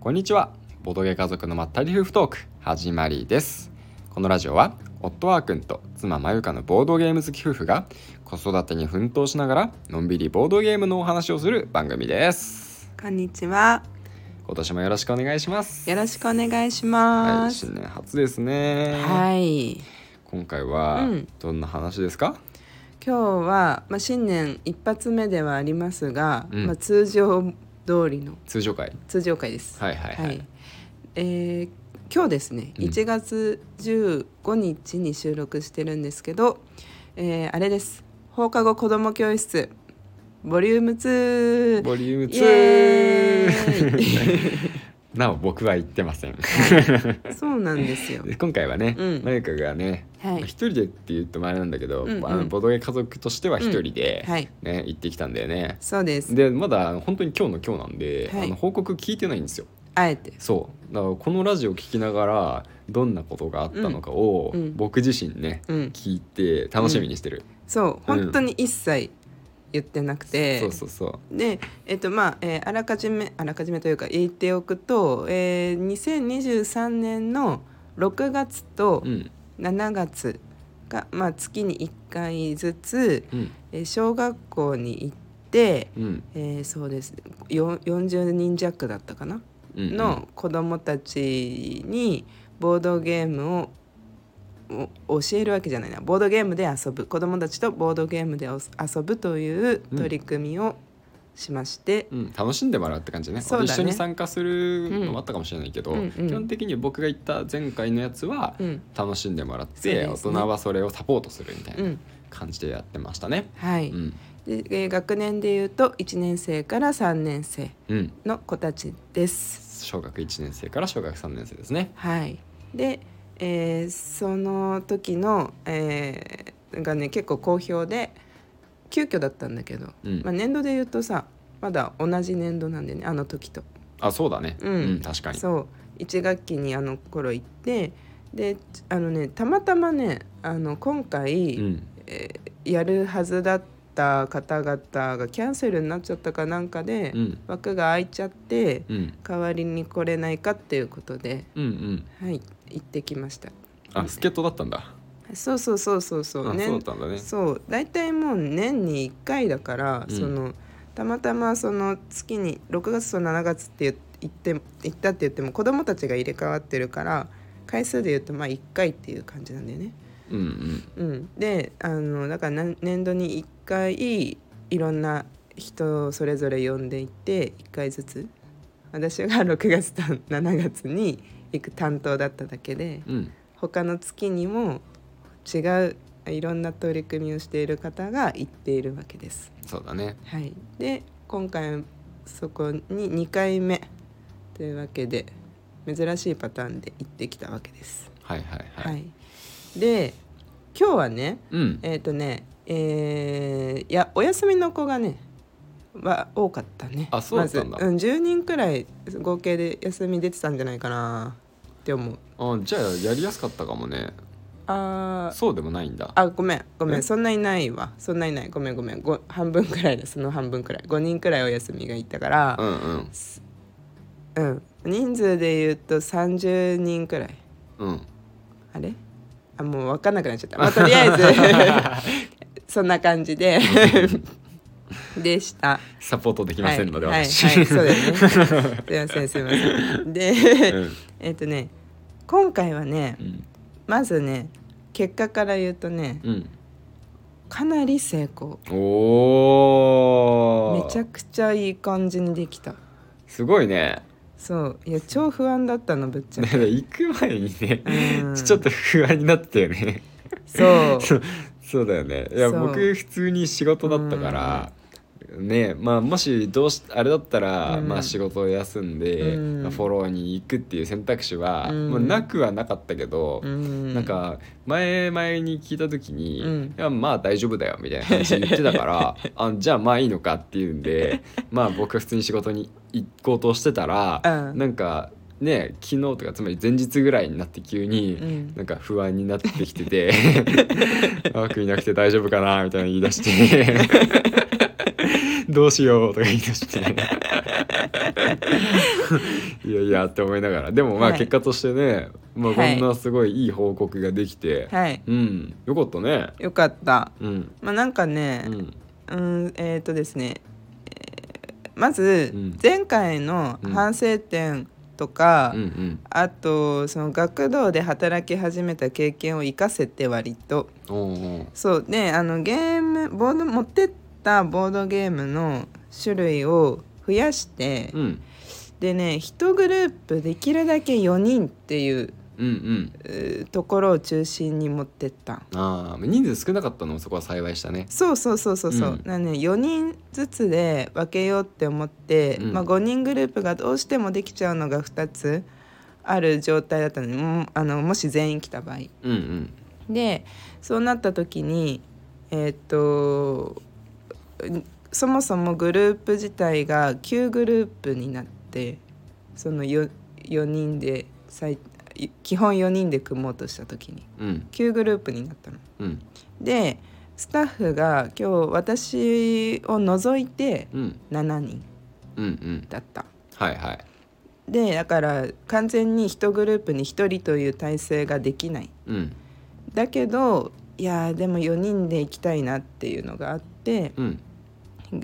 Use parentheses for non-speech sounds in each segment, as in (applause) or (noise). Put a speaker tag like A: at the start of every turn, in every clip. A: こんにちはボドゲ家族のまったり夫婦トーク始まりですこのラジオは夫はくんと妻まゆかのボードゲーム好き夫婦が子育てに奮闘しながらのんびりボードゲームのお話をする番組です
B: こんにちは。
A: 今年もよろしくお願いします
B: よろしくお願いし
A: は
B: ま
A: い、
B: す。
A: 新年初ですね、
B: はい。
A: 今回は
B: うん
A: どんな話ですか、
B: 今日はまあ新年一発目ではありますが、
A: うん
B: まあ通常通りの
A: 通常会
B: 通常会です。
A: はいはいはい
B: えー今日ですね、
A: うん
B: 1月15日に収録してるんですけど、えーあれです。放課後子ども教室ボリューム2。
A: ボリューム2
B: イ
A: (laughs)
B: エーイ
A: なお僕は言ってません
B: そうなんですよ。
A: で今回はね、
B: うん
A: まゆかがね
B: はい
A: 一。人でって言うとあれなんだけど、
B: うんうん
A: あのボドゲ家族としては一人で、
B: うんはい
A: ね、行ってきたんだよね。
B: そうです。
A: でまだあの本当に今日の今日なんで、
B: は
A: あ
B: い
A: の報告聞いてないんですよ。
B: あえて。
A: そうだからこのラジオ聞きながらどんなことがあったのかを、
B: うんうん
A: 僕自身ね、
B: うん。
A: 聞いて楽しみにしてる。
B: そう
A: うん
B: 本当に一切言ってなくて、
A: そうそうそう。
B: でえっとまあ、えーあらかじめあらかじめというか言っておくと、えー、2023年の6月と
A: うん
B: 7月が、まあ、月に1回ずつ、
A: うん
B: えー小学校に行って、
A: うん
B: えーそうですよ40人弱だったかな、
A: うん
B: の子どもたちにボードゲームをお教えるわけじゃないなボードゲームで遊ぶ子どもたちとボードゲームでお遊ぶという取り組みをしまして、
A: うん、楽しんでもらうって感じね
B: そうだね
A: 一緒に参加するのもあったかもしれないけど、
B: うんうん
A: 基本的に僕が言った前回のやつは
B: うん
A: 楽しんでもらっ
B: そう
A: て、
B: で
A: 大
B: す
A: 人
B: ね
A: はそれをサポートするみたいな
B: うん
A: 感じでやってましたね。
B: はい
A: うん
B: でえー学年でいうと1年生から3年生
A: うん、
B: の子たちです。
A: 小学1年生から小学3年生ですね。
B: はい、で、えーその時の、えーがね結構好評で急遽だったんだけど、
A: うん
B: まあ、年度で言うとさまだ同じ年度なんでねあの時と。
A: あそうだね、
B: うん
A: 確かに。
B: そう1学期にあの頃行ってであのねたまたまねあの今回、
A: うん
B: えーやるはずだった方々がキャンセルになっちゃったかなんかで、
A: うん
B: 枠が空いちゃって、
A: うん
B: 代わりに来れないかっていうことで、
A: うんうん、
B: はい、行ってきました。
A: あ助っ人だったんだ。
B: そうそうそうそうそう
A: あ
B: ね
A: そうだったんだね。
B: そう大体もう年に1回だから、
A: うん
B: そのたまたまその月に6月と7月って言って言ったって言っても子供たちが入れ替わってるから回数で言うとまあ1回っていう感じなんだよね。
A: うんうん
B: うん、であのだからな年度に1回いろんな人それぞれ呼んでいて1回ずつ私が6月と7月に行く担当だっただけで。
A: うん
B: 他の月にも違ういろんな取り組みをしている方が行っているわけです。
A: そうだね。
B: はい、で今回そこに2回目というわけで珍しいパターンで行ってきたわけです。
A: はいはいはい。
B: はいで今日はね
A: うん
B: えっ、とねえーいやお休みの子がねは多かったね
A: あそうだったんだ
B: まず、うん、10人くらい合計で休み出てたんじゃないかなって思う。
A: あじゃあやりやすかったかもね。
B: あー
A: そうでもないんだ。
B: あごめんごめ
A: え
B: んそんないないわそんないないごめんごめんご半分くらいだその半分くらい5人くらいお休みがいったから
A: うんうん
B: うん、人数で言うと30人くらい
A: うん。
B: あれあもう分かんなくなっちゃった、まあ、とりあえ
A: (laughs)
B: ずそんな感じででした
A: サポートできませんので、
B: はい、はい
A: 私。
B: はいそうだよ
A: (laughs)
B: ねすいませんすいませんで、
A: うん
B: えっとね今回はね
A: うん
B: まずね結果から言うとね
A: うん。
B: かなり成功
A: おお。
B: めちゃくちゃいい感じにできた
A: すごいね。
B: そういや超不安だったのぶっちゃ
A: だ
B: け
A: から行く前にね、
B: うん
A: (laughs) ちょっと不安になってたよね。
B: そう
A: そう (laughs) そうだよねいや
B: そう
A: 僕普通に仕事だったから、ねまあもしどうしあれだったら、
B: うん
A: まあ、仕事を休んで、
B: うん
A: まあフォローに行くっていう選択肢は、
B: うん
A: まあ、なくはなかったけど、
B: うん
A: なんか前々に聞いた時に「
B: うん
A: いやまあ大丈夫だよ」みたいな感じで言ってたから
B: (laughs)
A: あじゃあまあいいのかっていうんでまあ僕は普通に仕事に行こうとしてたら、
B: うん
A: なんかね昨日とかつまり前日ぐらいになって急に
B: う、ん
A: なんか不安になってきて
B: (laughs)
A: て
B: (laughs)
A: 「マークいなくて大丈夫かな」みたいな言い出してどうしようとか言い出していやいやって思いながらでもまあ
B: はい
A: 結果としてね、まあ、こ
B: はい
A: んなすごいいい報告ができて、
B: はい
A: うんよかったね
B: よかった
A: うん
B: まあなんかね
A: う、ん
B: うん、えっ、とですね、えーまず
A: うん
B: 前回の反省点とか、
A: うんうん
B: あとその学童で働き始めた経験を生かせて割と
A: おうおう
B: そうであのゲームボード持ってったボードゲームの種類を増やして、
A: うん
B: でね1グループできるだけ4人っていう
A: うんうん
B: うーところを中心に持ってった
A: ああ人数少なかったのもそこは幸いしたね
B: そうそうそうそうそう、
A: うん
B: なので4人ずつで分けようって思って、
A: うん
B: まあ、5人グループがどうしてもできちゃうのが2つある状態だったのでもうあのもし全員来た場合
A: うんうん
B: でそうなった時にえーっとんそもそもグループ自体が9グループになってその 4, 4人で最い基本4人で組もうとした時に
A: うん
B: 9グループになったの。
A: うん
B: でスタッフが今日私を除いて
A: うん
B: 7人
A: うんうん
B: だった。
A: はいはい
B: でだから完全に1グループに1人という体制ができない
A: うん
B: だけどいやーでも4人で行きたいなっていうのがあって
A: うん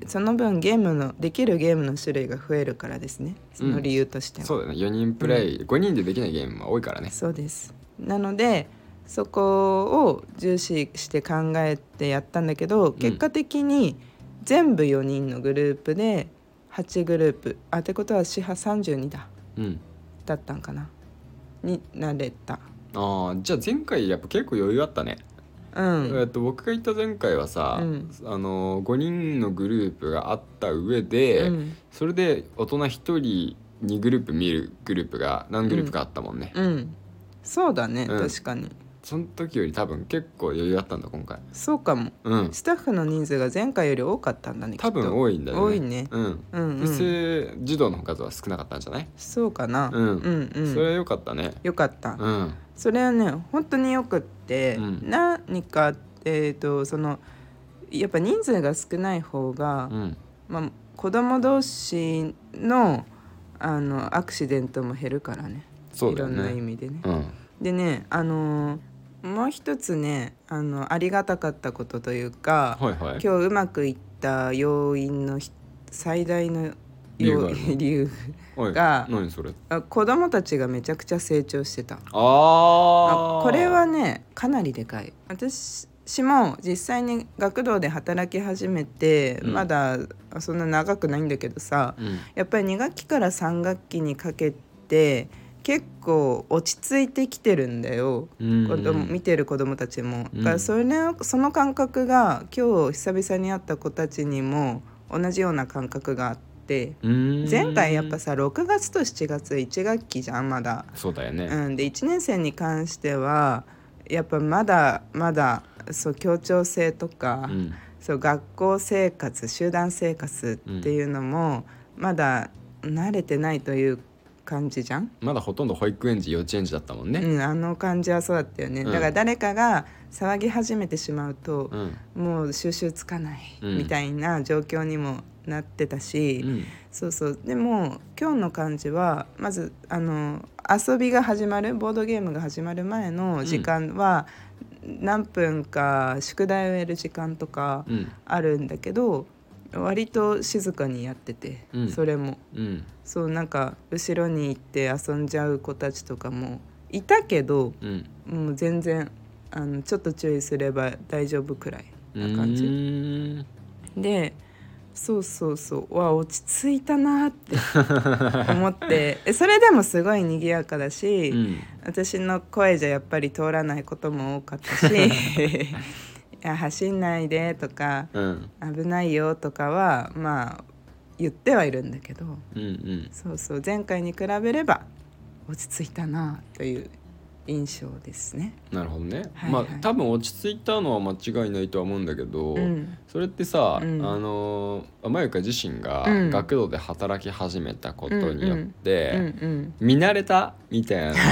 B: その分ゲームのできるゲームの種類が増えるからですねその理由としては、
A: そうだね4人プレイ、5人でできないゲームは多いからね
B: そうですなのでそこを重視して考えてやったんだけど結果的に全部4人のグループで8グループあってことは四波32だ
A: うん
B: だったんかなになれた
A: ああじゃあ前回やっぱ結構余裕あったね、
B: うん、
A: えっと僕が行った前回はさ、
B: うん
A: あの5人のグループがあった上で、
B: うん
A: それで大人1人2グループ見るグループが何グループかあったもんね、
B: うんそうだね、
A: うん
B: 確かに
A: その時より多分結構余裕あったんだ今回
B: そうかも
A: うん
B: スタッフの人数が前回より多かったんだね
A: 多分
B: い
A: 多いんだよね
B: 多いね
A: うん
B: うん、う
A: 女
B: ん、
A: 性児童の数は少なかったんじゃない、
B: そうかな、
A: うん
B: うんうん
A: それは良かったね
B: よかった、
A: うん
B: それはね本当によくって、
A: うん
B: 何かえっ、とそのやっぱ人数が少ない方が、
A: うん
B: まあ、子供同士のあのアクシデントも減るからね
A: そう
B: い
A: だ
B: ろ
A: よ
B: んな意
A: ね
B: 味でね。
A: うん
B: でねあのーもう一つねあのありがたかったことというか、
A: はいはい
B: 今日うまくいった要因のひ最大の
A: 理由
B: 要
A: があるの
B: (laughs) 理由
A: おい
B: が
A: 何それ
B: あ子供たちがめちゃくちゃ成長してた
A: あ
B: あ
A: あ
B: これはねかなりでかい私も実際に学童で働き始めて、
A: うん
B: まだそんな長くないんだけどさ
A: うん
B: やっぱり2学期から3学期にかけて結構落ち着いてきてるんだよ
A: うん
B: 子供見てる子どもたちも、
A: うん
B: だからそれその感覚が今日久々に会った子たちにも同じような感覚があって
A: うん
B: 前回やっぱさ6月と7月1学期じゃんまだ。
A: そうだよね、
B: うん、で1年生に関してはやっぱまだまだそう協調性とか、
A: うん
B: そう学校生活集団生活っていうのもまだ慣れてないという感じじゃん、
A: まだほとんど保育園児幼稚園児だったもんね
B: うん、あの感じはそうだったよね、
A: うん
B: だから誰かが騒ぎ始めてしまうと
A: う、ん
B: もう収集つかない
A: うん
B: みたいな状況にもなってたし、
A: うん
B: そうそうでも今日の感じはまずあの遊びが始まるボードゲームが始まる前の時間は、何分か宿題をやる時間とか
A: うん
B: あるんだけど割と静かにやってて、
A: うん
B: それも
A: うん
B: そうなんか後ろに行って遊んじゃう子たちとかもいたけど
A: うん
B: もう全然あのちょっと注意すれば大丈夫くらいな感じ。
A: じ
B: でそうそうそうわ落ち着いたなって
A: (laughs)
B: 思ってえそれでもすごい賑やかだし、
A: うん
B: 私の声じゃやっぱり通らないことも多かっ
A: (laughs)
B: たしいや走んないでとか
A: うん
B: 危ないよとかはまあ言ってはいるんだけど
A: うんうん
B: そうそう前回に比べれば落ち着いたなという印象ですね。
A: なるほどね、
B: はいはい
A: まあ多分落ち着いたのは間違いないとは思うんだけど、
B: うん
A: それってさ、
B: うん
A: あのーまゆか自身が
B: うん
A: 学童で働き始めたことによっ
B: う
A: て、
B: んうん、
A: 見慣れたみたいな
B: (laughs)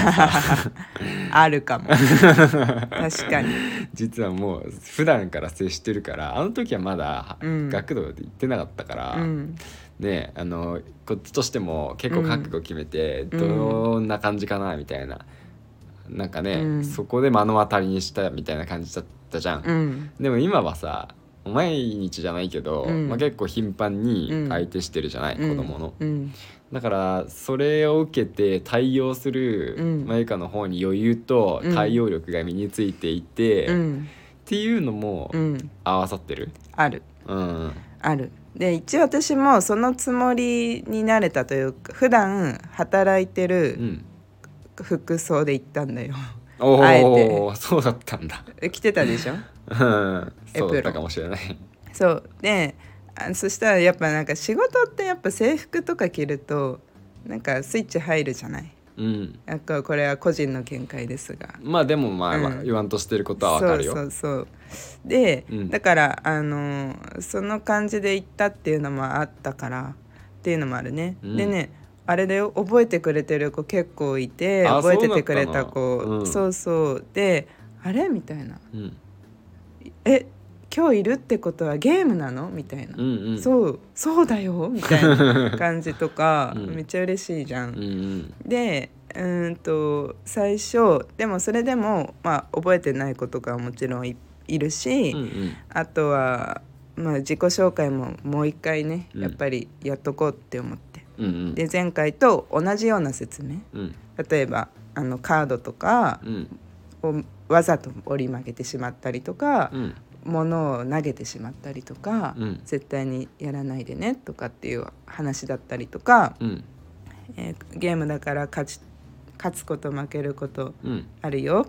B: ある (laughs) かも確かに、
A: 実はもう普段から接してるからあの時はまだ
B: うん
A: 学童で行ってなかったから、
B: うん、
A: ねあのこっちとしても結構覚悟決めて、
B: うん
A: どんな感じかなみたいななんかね、
B: うん
A: そこで目の当たりにしたみたいな感じだったじゃん。
B: うん
A: でも今はさ毎日じゃないけど、
B: うん
A: まあ、結構頻繁
B: う
A: に
B: ん
A: 相手してるじゃない、子供の。
B: うん
A: だからそれを受けて対応す
B: う
A: る
B: ん
A: マユカの方に余裕と対応力が身についていて、っ
B: うん
A: ていうのも
B: うん、
A: 合わさってる。
B: ある
A: うん、
B: あるで一応私もそのつもりになれたというか普段働いて
A: う
B: る
A: ん、
B: 服装で行ったんだ (laughs) よ
A: お
B: あえ
A: お
B: て
A: そうだったんだ。
B: え着てたでし
A: う
B: ょ
A: ん
B: エプ
A: そ
B: ロン
A: うだったかもしれない。
B: そうであそしたらやっぱなんか仕事ってやっぱ制服とか着るとなんかスイッチ入るじゃない
A: うん、
B: なんかこれは個人の見解ですが
A: まあでもまあ、
B: うん
A: 言わんとしてることはわかるよ。
B: そうそうそうで、
A: うん
B: だからあのその感じで行ったっていうのもあったからっていうのもあるね、
A: うん
B: でねあれで覚えてくれてる子結構いて
A: あ
B: 覚えててくれた子
A: そうだったのうん
B: そうそうであれみたいな
A: うん
B: え今日いるってことはゲームなのみたいな、
A: うんうん
B: そうそうだよみたいな感じとか、
A: (laughs) うん
B: めっちゃ嬉しいじゃん
A: う、ん
B: でうーんと最初でもそれでも、まあ、覚えてない子とかはもちろんいいるし、
A: うんうん
B: あとは、まあ、自己紹介ももう一回ね
A: うん
B: やっぱりやっとこうって思って、
A: うんうん
B: で前回と同じような説明
A: うん
B: 例えばあのカードとか
A: うん
B: をわざと折り曲げてしまったりとか、
A: うん
B: 物を投げてしまったりとか、
A: うん
B: 絶対にやらないでねとかっていう話だったりとか、
A: うん
B: えーゲームだから勝ち勝つこと負けること
A: うん
B: あるよ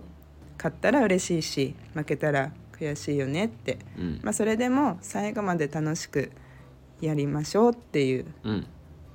B: 勝ったら嬉しいし負けたら悔しいよねって、
A: うん
B: まあ、それでも最後まで楽しくやりましょうっていう、
A: うん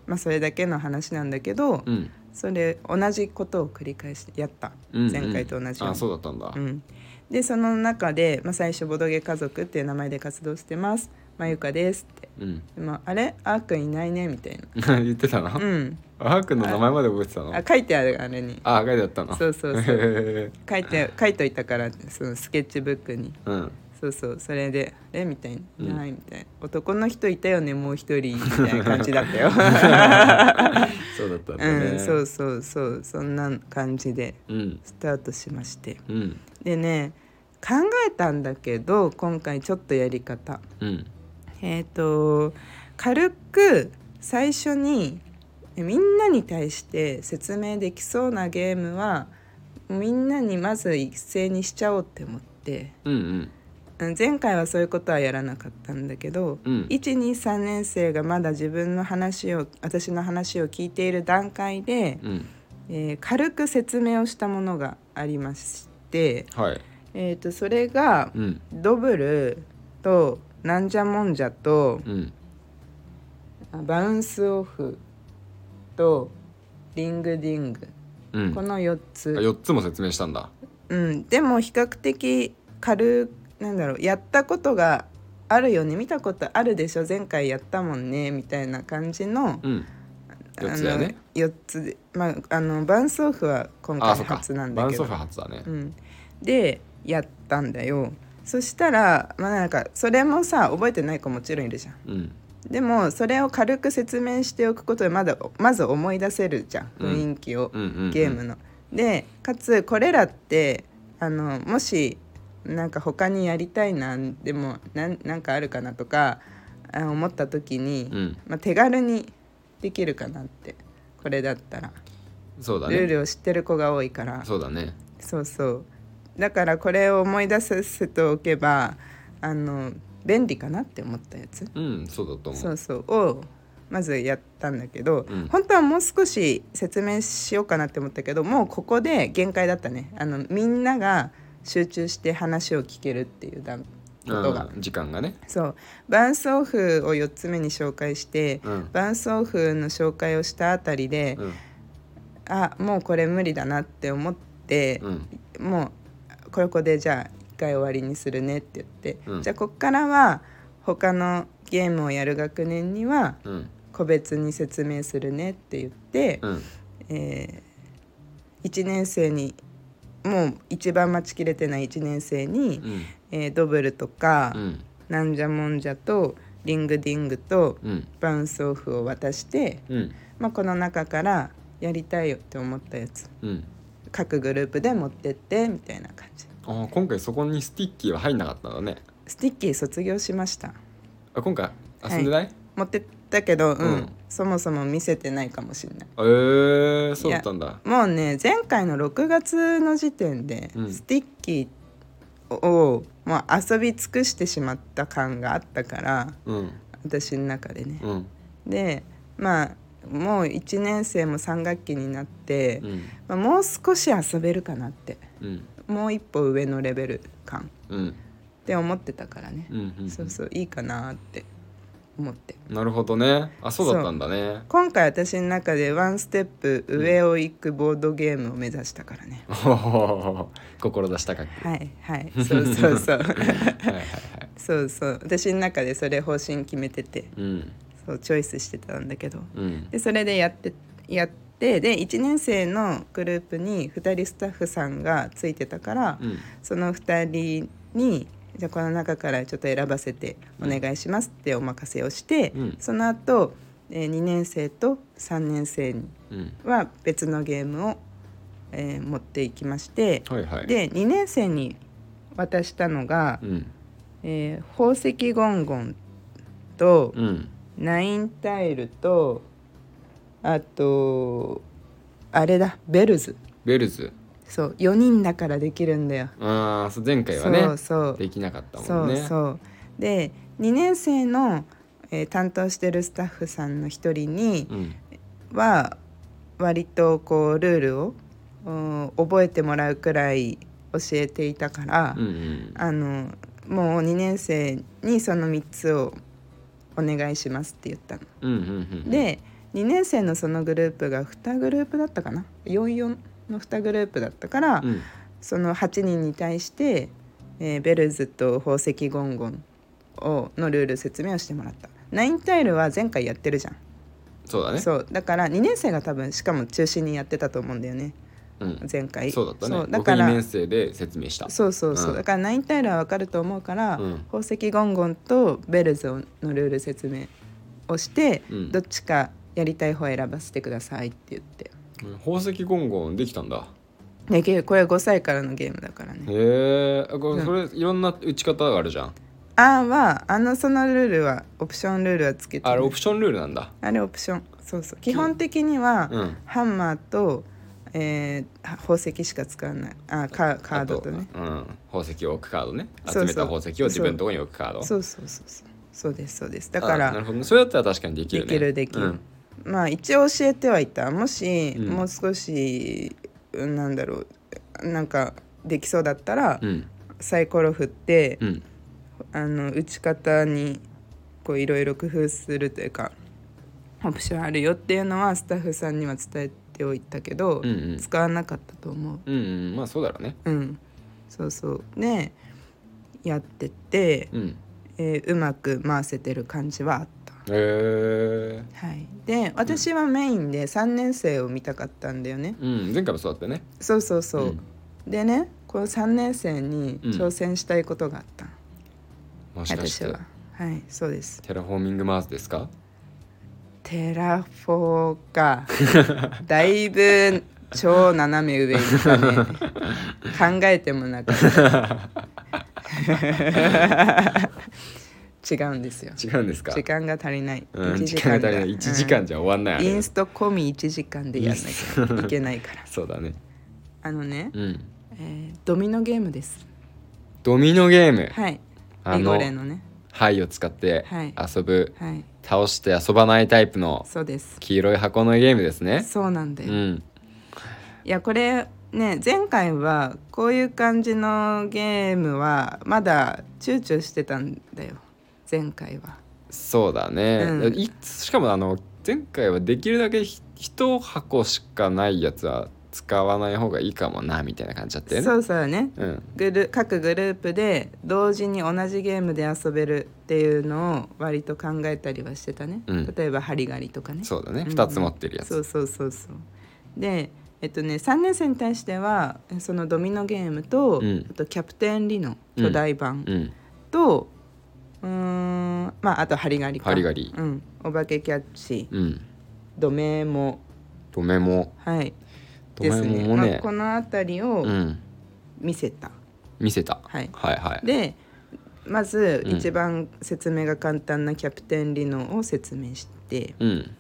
B: まあ、それだけの話なんだけど、
A: うん
B: それ同じことを繰り返しやった、
A: うん
B: 前回と同じように
A: あそうだったんだ
B: う。ん、でその中で、まあ、最初「ボドゲ家族」っていう名前で活動してます「まゆかです」って
A: うん
B: でも「あれあーくんいないね」みたいな
A: (laughs) 言ってたの
B: 「う？ん
A: あーくんの名前まで覚えてたの？
B: あ書いてあるあれに
A: あ書いてあったの。
B: そうそうそう
A: へ
B: 書いて書いといたからそのスケッチブックに
A: ー (laughs) うん
B: そうそうそれで「えみたいな「
A: うん
B: いない」みたいな「男の人いたよねもう一人」みたいな感じだ
A: (laughs)
B: ったよ、
A: そうだったんだね。
B: うん、そうそうそうそんな感じで
A: うん
B: スタートしまして
A: うん
B: でね考えたんだけど今回ちょっとやり方
A: うん
B: えっ、と軽く最初にえみんなに対して説明できそうなゲームはみんなにまず一斉にしちゃおうって思って
A: うんうん
B: うん前回はそういうことはやらなかったんだけど、
A: うん
B: 123年生がまだ自分の話を私の話を聞いている段階で、
A: うん
B: えー軽く説明をしたものがありまして、
A: はい
B: えー、とそれが
A: うん
B: ドブルとなんじゃもんじゃと
A: うん
B: バウンスオフとリングディング、
A: うん
B: こ。の4つ
A: あ四つも説明したんだ。
B: うん、でも比較的軽いなんだろうやったことがあるよね見たことあるでしょ前回やったもんねみたいな感じの
A: うん四つだよね。
B: あの4つで、まあ、あのバンスオフは今
A: あ
B: 回
A: そっか
B: 初なん
A: バ
B: だ
A: ウン
B: け
A: ソフ
B: ど
A: ァ初だね
B: う。ん、でやったんだよそしたらまあなんかそれもさ覚えてない子もちろんいるじゃん
A: うん
B: でもそれを軽く説明しておくことでまだまず思い出せるじゃん
A: うん
B: 雰囲気を、
A: うんうんうん
B: ゲームの。でかつこれらってあのもしなんか他にやりたいなでもなんなんかあるかなとかあ思った時に、
A: うん
B: まあ、手軽にできるかなってこれだったら、
A: そうだ
B: ルー
A: ね。
B: ルを知ってる子が多いから
A: そうだね。
B: そうそうだからこれを思い出させておけばあの便利かなって思ったやつ
A: うんそうだと思。
B: そううそうをまずやったんだけど、
A: うん
B: 本当はもう少し説明しようかなって思ったけどもうここで限界だったねあのみんなが集中して話を聞けるっていう段ことが。
A: うん時間がね。
B: そうバウンスオフを4つ目に紹介して、
A: うん
B: バウンスオフの紹介をしたあたりで、
A: うん
B: あもうこれ無理だなって思って
A: う、ん
B: もうこれここでじゃあ一回終わりにするねって言って、
A: うん
B: じゃあこっからは他のゲームをやる学年には
A: うん
B: 個別に説明するねって言って、
A: うん
B: え1年生にもう一番待ちきれてない1年生に、
A: うん
B: えードブルとか、
A: うん
B: なんじゃもんじゃとリングディングと
A: うん
B: バウンスオフを渡して、
A: うん
B: まあ、この中からやりたいよって思ったやつ
A: うん
B: 各グループで持ってってみたいな感じ
A: あー今回そこにスティッキーは入んなかったのね
B: スティッキー卒業しました
A: あ今回遊んでない、
B: 持ってったけど、うん
A: うん
B: そもそも見せてないかもしれない
A: えー、そうだったんだ
B: もうね前回の6月の時点で、
A: うん
B: スティッキーをもう遊び尽くしてしまった感があったから
A: うん
B: 私の中でね、
A: うん
B: でまあもう1年生も3学期になって、
A: うん
B: まあもう少し遊べるかなって
A: うん
B: もう一歩上のレベル感
A: うん
B: って思ってたからね
A: う、んうん
B: そうそういいかなって思って
A: なるほどねあそうだったんだね
B: 今回私の中でワンステップ上を行くボードゲームを目指したからね、
A: おー (laughs) 志高く
B: はい
A: (laughs)
B: はいそうそう (laughs) そう
A: はいはいはい
B: そうそう私の中でそれ方針決めてて
A: うん
B: そうチョイスしてたんだけど
A: うん
B: でそれでやってやってで1年生のグループに2人スタッフさんがついてたから、
A: うん
B: その2人にじゃあこの中からちょっと選ばせてお願いしますってお任せをして、
A: うん
B: その後、え2年生と3年生に
A: うん
B: は別のゲームを、えー持っていきまして、
A: はいはい
B: で2年生に渡したのが、
A: うん
B: えー宝石ゴンゴンと、
A: うん
B: ナインタイルとあとあれだベルズ
A: ベルズ
B: そう4人だからできるんだよ。
A: ああそう前回は
B: そう
A: ね
B: そう
A: できなかった
B: そ
A: もん
B: う
A: ね
B: そうで2年生の、えー担当してるスタッフさんの一人に
A: うん
B: は割とこうルールをうん覚えてもらうくらい教えていたから、
A: うんうん
B: あのもう2年生にその3つをお願いしますって言ったの。
A: うんうんうん
B: で2年生のそのグループが2グループだったかな44の2グループだったから、
A: うん
B: その8人に対して、えーベルズと宝石ゴンゴンをのルール説明をしてもらったナインタイルは前回やってるじゃん、
A: そうだね
B: そうだから2年生が多分しかも中心にやってたと思うんだよね
A: うん
B: 前回
A: そうだったね
B: だ
A: 僕
B: か
A: 2
B: ら
A: 年生で説明した
B: そうそうそう、
A: うん
B: だからナインタイルはわかると思うから、
A: うん
B: 宝石ゴンゴンとベルズをのルール説明をして、
A: うん
B: どっちかやりたい方を選ばせてくださいって言って
A: うん宝石ゴンゴンできたんだ
B: できるこれ5歳からのゲームだからね
A: へえこ
B: う
A: れ
B: ん
A: それいろんな打ち方があるじゃん
B: あーはあのそのルールはオプションルールはつけてない
A: あれオプションルールなんだ
B: あれオプションそうそう基本的には、
A: うん
B: ハンマーと、えー宝石しか使わないあカカードとね
A: あうん、宝石を置くカードね
B: そうそ
A: 集
B: う
A: めた宝石を自分のところに置くカード
B: そうそうそうそうそうですそうですだ
A: だ
B: から
A: なるほどねそれだったら確かにできる
B: で
A: ね
B: きるでき
A: う
B: る
A: ん、
B: まあ一応教えてはいたもし、
A: うん
B: もう少しうんなんだろうなんかできそうだったら、
A: うん
B: サイコロ振って、
A: うん
B: あの打ち方にこういろいろ工夫するというかオプションあるよっていうのはスタッフさんには伝えておいたけど、
A: うんうん
B: 使わなかったと思う
A: うんうんまあそうだろうね
B: うんそうそうでやってて、
A: うん
B: えーうまく回せてる感じはあった
A: へえ
B: はい、で私はメインで3年生を見たかったんだよね、
A: うん前回もそうだったよね
B: そうそうそう、
A: うん
B: でねこの3年生に
A: うん
B: 挑戦したいことがあった、
A: もしかし
B: 私
A: て
B: ははいそうです
A: テラフォーミングマーズですか
B: テラフォーか
A: (laughs)
B: だいぶ超斜め上行った
A: (laughs)
B: ね考えてもなかった (laughs) 違うんですよ
A: 違うんですか
B: 時間が足りない、
A: うん
B: 1
A: 時間が足りない
B: うん
A: 1時間じゃ終わんないあれ
B: インスト込み1時間でやらなきゃいけないから
A: そうだね
B: あのね、
A: うん
B: えードミノゲームです。
A: ドミノゲーム
B: はい。
A: あ
B: リゴ
A: の
B: レのね。
A: 牌を使って
B: はい
A: 遊ぶ
B: はい。
A: 倒して遊ばないタイプの
B: そうです。
A: 黄色い箱のゲームですね
B: そうなんだ
A: う
B: よ。い
A: ん
B: やこれね前回はこういう感じのゲームはまだ躊躇してたんだよ。前回は。
A: そうだね、
B: うん
A: いしかもあの前回はできるだけひ一箱しかないやつは使わない方がいいかもなみたいな感じだったよね
B: そうそうね
A: うん
B: グル各グループで同時に同じゲームで遊べるっていうのを割と考えたりはしてたね、
A: うん
B: 例えばハリガリとかね
A: そうだね、
B: うん
A: 2つ持ってるやつ
B: そうそうそうそうでえっとね3年生に対してはそのドミノゲームと、
A: うん
B: あとキャプテンリノ巨大版
A: うん
B: と、うーん、まああとハリガリか
A: ハリガリ
B: うん、お化けキャッチ
A: うん
B: ドメも
A: 止めも
B: はい
A: 止めもも
B: まあ
A: ね
B: この辺りを
A: うん
B: 見せた、
A: 見せた、
B: はい
A: はいはい
B: でまず
A: うん
B: 一番説明が簡単なキャプテンリノを説明して、
A: うん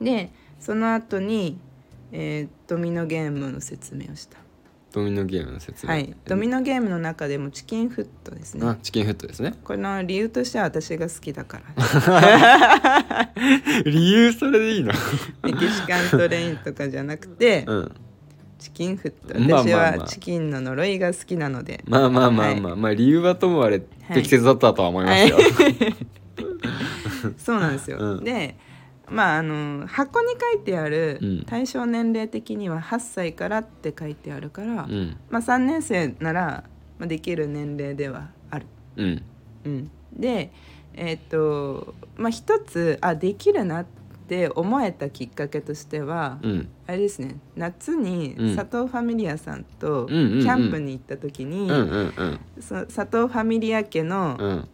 B: でその後に、えードミノゲームの説明をした、
A: ドミノゲームの説明
B: はい、ドミノゲームの中でもチキンフットです
A: あ
B: ね
A: チキンフットですね
B: この理由としては私が好きだから
A: (laughs)
B: (laughs)
A: 理由それでいいの
B: メキシカントレインとかじゃなくて
A: うん
B: チキンフット
A: まあまあ
B: 私
A: まあ
B: はチキンの呪いが好きなので、
A: まあまあまあまあ、まあ理由はともあれ
B: はい
A: 適切だったとは思いますよ、
B: そうなんですよ、
A: うん
B: でまああの箱に書いてある
A: うん
B: 対象年齢的には8歳からって書いてあるから、
A: うん
B: まあ、3年生ならまあできる年齢ではある。
A: うん
B: うん、でえっとまあ一つあできるなって思えたきっかけとしては、
A: うん
B: あれですね夏に
A: うん
B: 佐藤ファミリアさん
A: う
B: と
A: ん
B: キ
A: うんうん
B: ャンプに行った時
A: う
B: に、
A: んうんうん
B: その佐藤ファミリア家の、
A: うん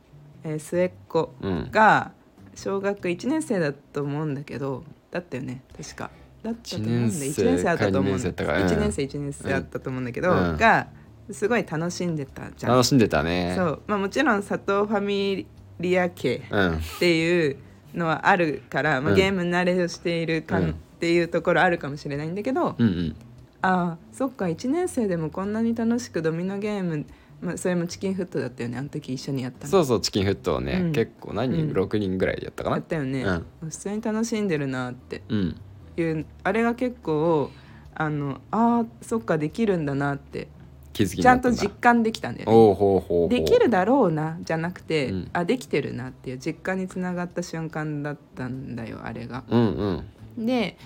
B: えー末っ子
A: うん
B: が小学1年生だと思うんだけどだったよね確かだったと思うんで
A: 一年生
B: 1年生だったと思うん
A: か二年生だ
B: だ
A: ったかうん
B: 1年生1年生だったと思うんだけど、
A: うん
B: がすごい楽しんでたじゃん
A: 楽。しんでたね
B: そうまあ、もちろん佐藤ファミリア家っ
A: うん
B: ていうのはあるから、ま
A: う
B: あ、
A: ん
B: ゲーム慣れをしているか
A: うん
B: んっていうところあるかもしれないんだけど、
A: うんうん
B: ああそっか1年生でもこんなに楽しくドミノゲーム、まあ、それもチキンフットだったよねあの時一緒にやったの
A: そうそうチキンフットをね、
B: うん
A: 結構何人、
B: うん
A: 6人ぐらいでやったか
B: だ
A: な
B: ったよね、
A: うん
B: 普通に楽しんでるなって
A: うん
B: いうあれが結構あのあーそっかできるんだなって
A: 気づきに
B: ちゃ
A: なっ
B: ん
A: た
B: と
A: だ
B: 実感できたんだよね
A: おうほうほうほう
B: できるだろうなじゃなくて、
A: うん
B: あできてるなっていう実感につながった瞬間だったんだよあれが。
A: うんうん
B: で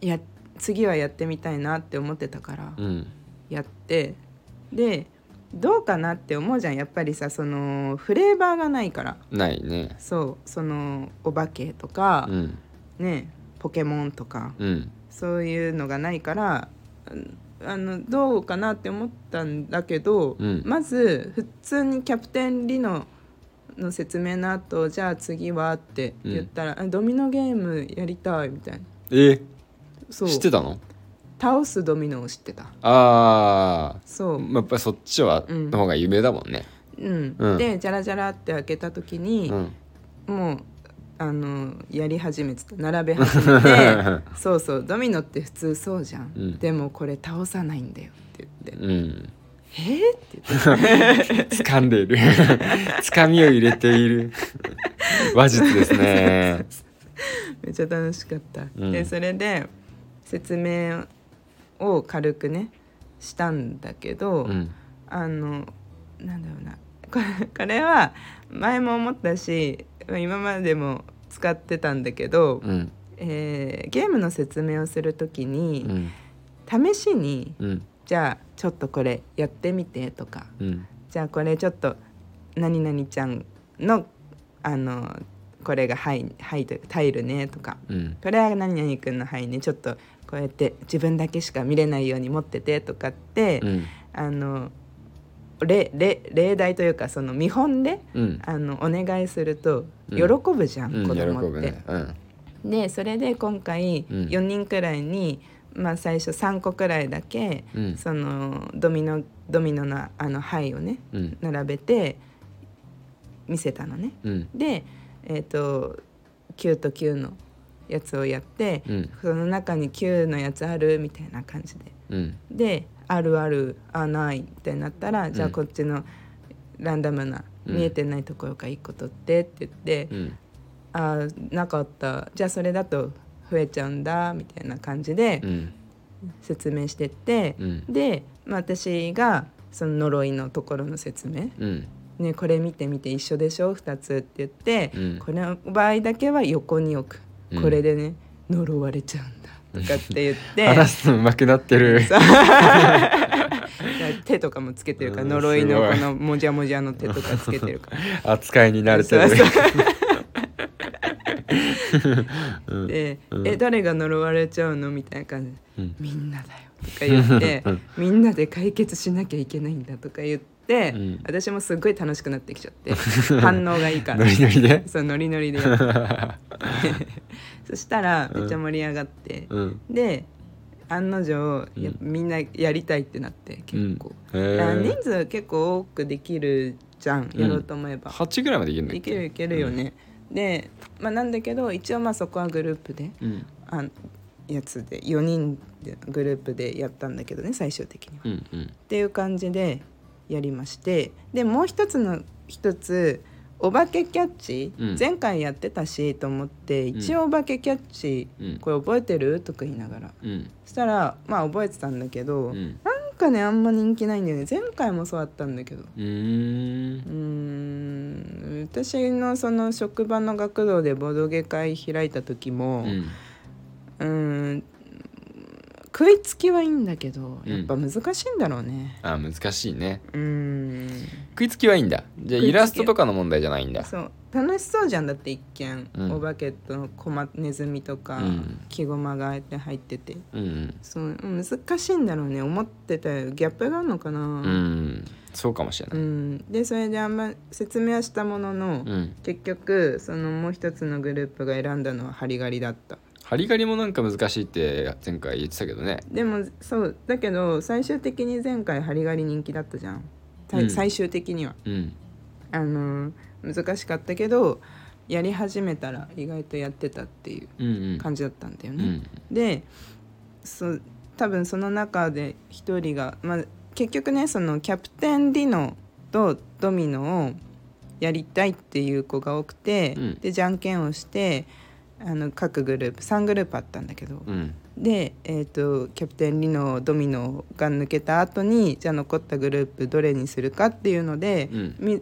B: いや次はやってみたいなって思ってたから
A: うん
B: やって、でどうかなって思うじゃんやっぱりさそのフレーバーがないから
A: ないね
B: そうそのお化けとか
A: う、ん
B: ねポケモンとか
A: うん
B: そういうのがないからうんあのどうかなって思ったんだけど、
A: うん
B: まず普通にキャプテンリノの説明の後じゃあ次はって言ったら、あドミノゲームやりたいみたいな
A: え
B: そう
A: 知ってたの
B: 倒すドミノを知ってた
A: ああ
B: そう、
A: まあやっぱりそっちは
B: うん
A: の方が有名だもんね
B: うん
A: うん
B: でジャラジャラって開けた時に、
A: うん
B: もうあのやり始めてた並べ始
A: (laughs)
B: めてそうそうドミノって普通そうじゃん、
A: うん
B: でもこれ倒さないんだよって言って
A: うん
B: 「えっ?」って言って
A: 掴んでいる (laughs) 掴みを入れている話術ですね
B: めっちゃ楽しかった、
A: うん
B: でそれで説明を軽くねしたんだけど、
A: うん
B: あのなんだろうなこれこれは前も思ったし今までも使ってたんだけど、
A: うん
B: えーゲームの説明をする時
A: う
B: に、
A: ん
B: 試しに
A: うん
B: じゃあちょっとこれやってみてとか
A: うん
B: じゃあこれちょっと何々ちゃんのあのこれが「はい」はいというタイルねとか
A: うん
B: これは何々くんの範囲ねちょっとこうやって自分だけしか見れないように持っててとかって、
A: うん
B: あの例例例題というかその見本で
A: うん
B: あのお願いすると
A: うん
B: 喜ぶじゃん、
A: うん
B: 子
A: 喜
B: 供っ
A: ぶ
B: て。
A: ねうん
B: でそれで今回
A: うん
B: 4人くらいに、まあ、最初3個くらいだけ、
A: うん
B: そのドミノドミノのあの牌をね
A: うん
B: 並べて見せたのね。
A: うん
B: で、えー、と9と9のやつをやって、
A: うん
B: その中に9のやつあるみたいな感じで
A: うん
B: であるあるあないみたいになったら、じゃ
A: う
B: あ
A: ん
B: こっちのランダムな、
A: うん
B: 見えてないところから1個取ってって言って、
A: うん
B: あーなかったじゃあそれだと増えちゃうんだみたいな感じで
A: うん
B: 説明してって、
A: うん
B: で、まあ、私がその呪いのところの説明、
A: うん
B: ね、これ見てみて一緒でしょ2つって言って、
A: うん
B: これの場合だけは横に置く、
A: うん
B: これでね呪われちゃうんだとかって言って
A: (laughs) 話すの上手くなってる
B: そう (laughs) 手とかもつけてるから
A: うん
B: 呪いの
A: (laughs) すご
B: こ
A: い
B: のもじゃもじゃの手とかつけてるから
A: 扱いに慣れて
B: そう
A: る
B: で「
A: うん
B: え誰が呪われちゃうの?」みたいな感じで
A: うん
B: 「みんなだよ」とか言
A: (laughs)
B: って
A: うん
B: 「みんなで解決しなきゃいけないんだ」とか言っ
A: う
B: て、
A: ん
B: 私もすっごい楽しくなってきちゃって
A: (laughs)
B: 反応がいいか
A: ノ
B: ら
A: リノリで
B: (laughs) そうノリノリで
A: (laughs)
B: やってそしたらめっちゃ盛り上がって、
A: (laughs) うん
B: で案の定、
A: うん
B: やっぱみんなやりたいってなって結構、
A: うんへ
B: だから
A: ー
B: 人数結構多くできるじゃん
A: うん
B: やろうと思えば、
A: 八ぐらいまでいけるんだっ
B: い
A: け
B: けるいけるよね、で、まあ、なんだけど一応まあそこはグループで
A: うん
B: あやつで4人でグループでやったんだけどね最終的には。
A: うんうん
B: っていう感じでやりましてでもう一つの一つお化けキャッチ、
A: うん
B: 前回やってたしと思って
A: ん
B: 一応お化けキャッチ、
A: うん
B: これ覚えてるとか言いながら
A: うん
B: そしたらまあ覚えてたんだけど、
A: うんうん
B: なんかねあんま人気ないんだよね前回もそうだったんだけど
A: うー
B: うんーん私のその職場の学童でボードゲ会開いた時も、
A: うん
B: うーん食いつきはいいんだけど
A: うん
B: やっぱ難しいんだろうね
A: あ難しいね
B: うーん
A: 食いつきはいいんだじゃあ
B: 食いつき
A: イラストとかの問題じゃないんだ
B: そう楽しそうじゃんだって一見、
A: うん
B: お化けとコマネズミとか、
A: うん
B: 木ゴマがあえて入ってて
A: うん
B: そううん難しいんだろうね思ってたよりギャップがあるのかな
A: うんうんそうかもしれ
B: う
A: ない
B: んでそれであんま説明はしたものの、
A: うん
B: 結局そのもう一つのグループが選んだのはハリガリだった
A: ハリガリもなんか難しいって前回言ってたけどね
B: でもそうだけど最終的に前回ハリガリ人気だったじゃん、た
A: うん
B: 最終的には
A: うん
B: あのー難しかったけどやり始めたら意外とやってたっていう
A: うんうん
B: 感じだったんだよ
A: う
B: ね、
A: ん
B: でそう多分その中で一人が、まあ、結局ねそのキャプテンディノとドミノをやりたいっていう子が多くて、
A: うん
B: でじゃんけんをしてあの各グループ3グループあったんだけど、
A: うん
B: で、えー、とキャプテンリノドミノが抜けた後にじゃあ残ったグループどれにするかっていうので、
A: うん
B: み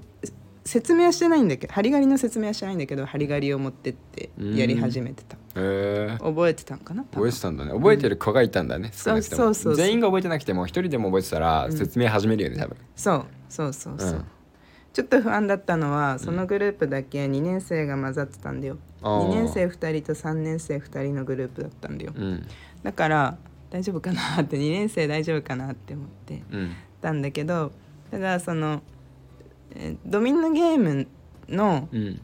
B: 説明はしてないんだけどハリガリの説明はしてないんだけどハリガリを持ってってやり始めてた、
A: へえ
B: 覚えてたんかな
A: 覚
B: 多分
A: えてたんだね覚えてる子がいたんだね、少なくても
B: そうそうそうそう
A: 全員が覚えてなくても一人でも覚えてたら
B: ん
A: 説明始めるよね多分
B: そうそうそうそう、
A: うん
B: ちょっと不安だったのはそのグループだけ2年生が混ざってたんだよ、
A: あー
B: 2年生2人と3年生2人のグループだったんだよ、
A: うん
B: だから大丈夫かなって2年生大丈夫かなって思って
A: うん
B: ったんだけどただその、えードミノゲームの
A: うん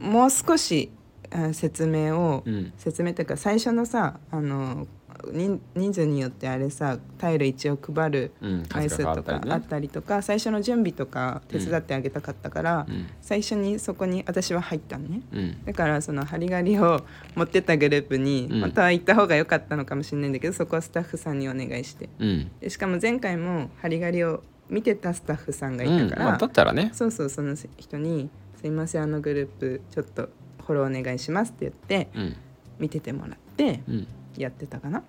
B: もう少しあ説明を、
A: うん
B: 説明というか最初のさあの人人数によってあれさタイル1を配る
A: うん
B: 回数
A: 数が
B: と
A: 変わ
B: か
A: ったりね
B: あったりとか、最初の準備とか手伝ってあげたかったから、
A: うん
B: 最初にそこに私は入ったのね。
A: うん
B: だからそのハリガリを持ってったグループに、
A: うん
B: 本当は行った方が良かったのかもしれないんだけどそこはスタッフさんにお願いして
A: うん
B: でしかも前回もハリガリを見てたスタッフさんがい
A: うん
B: たから、
A: まあだったらね
B: そうそうその人に「すいませんあのグループちょっとフォローお願いします」って言って
A: うん
B: 見ててもらって
A: うん
B: やってたかな。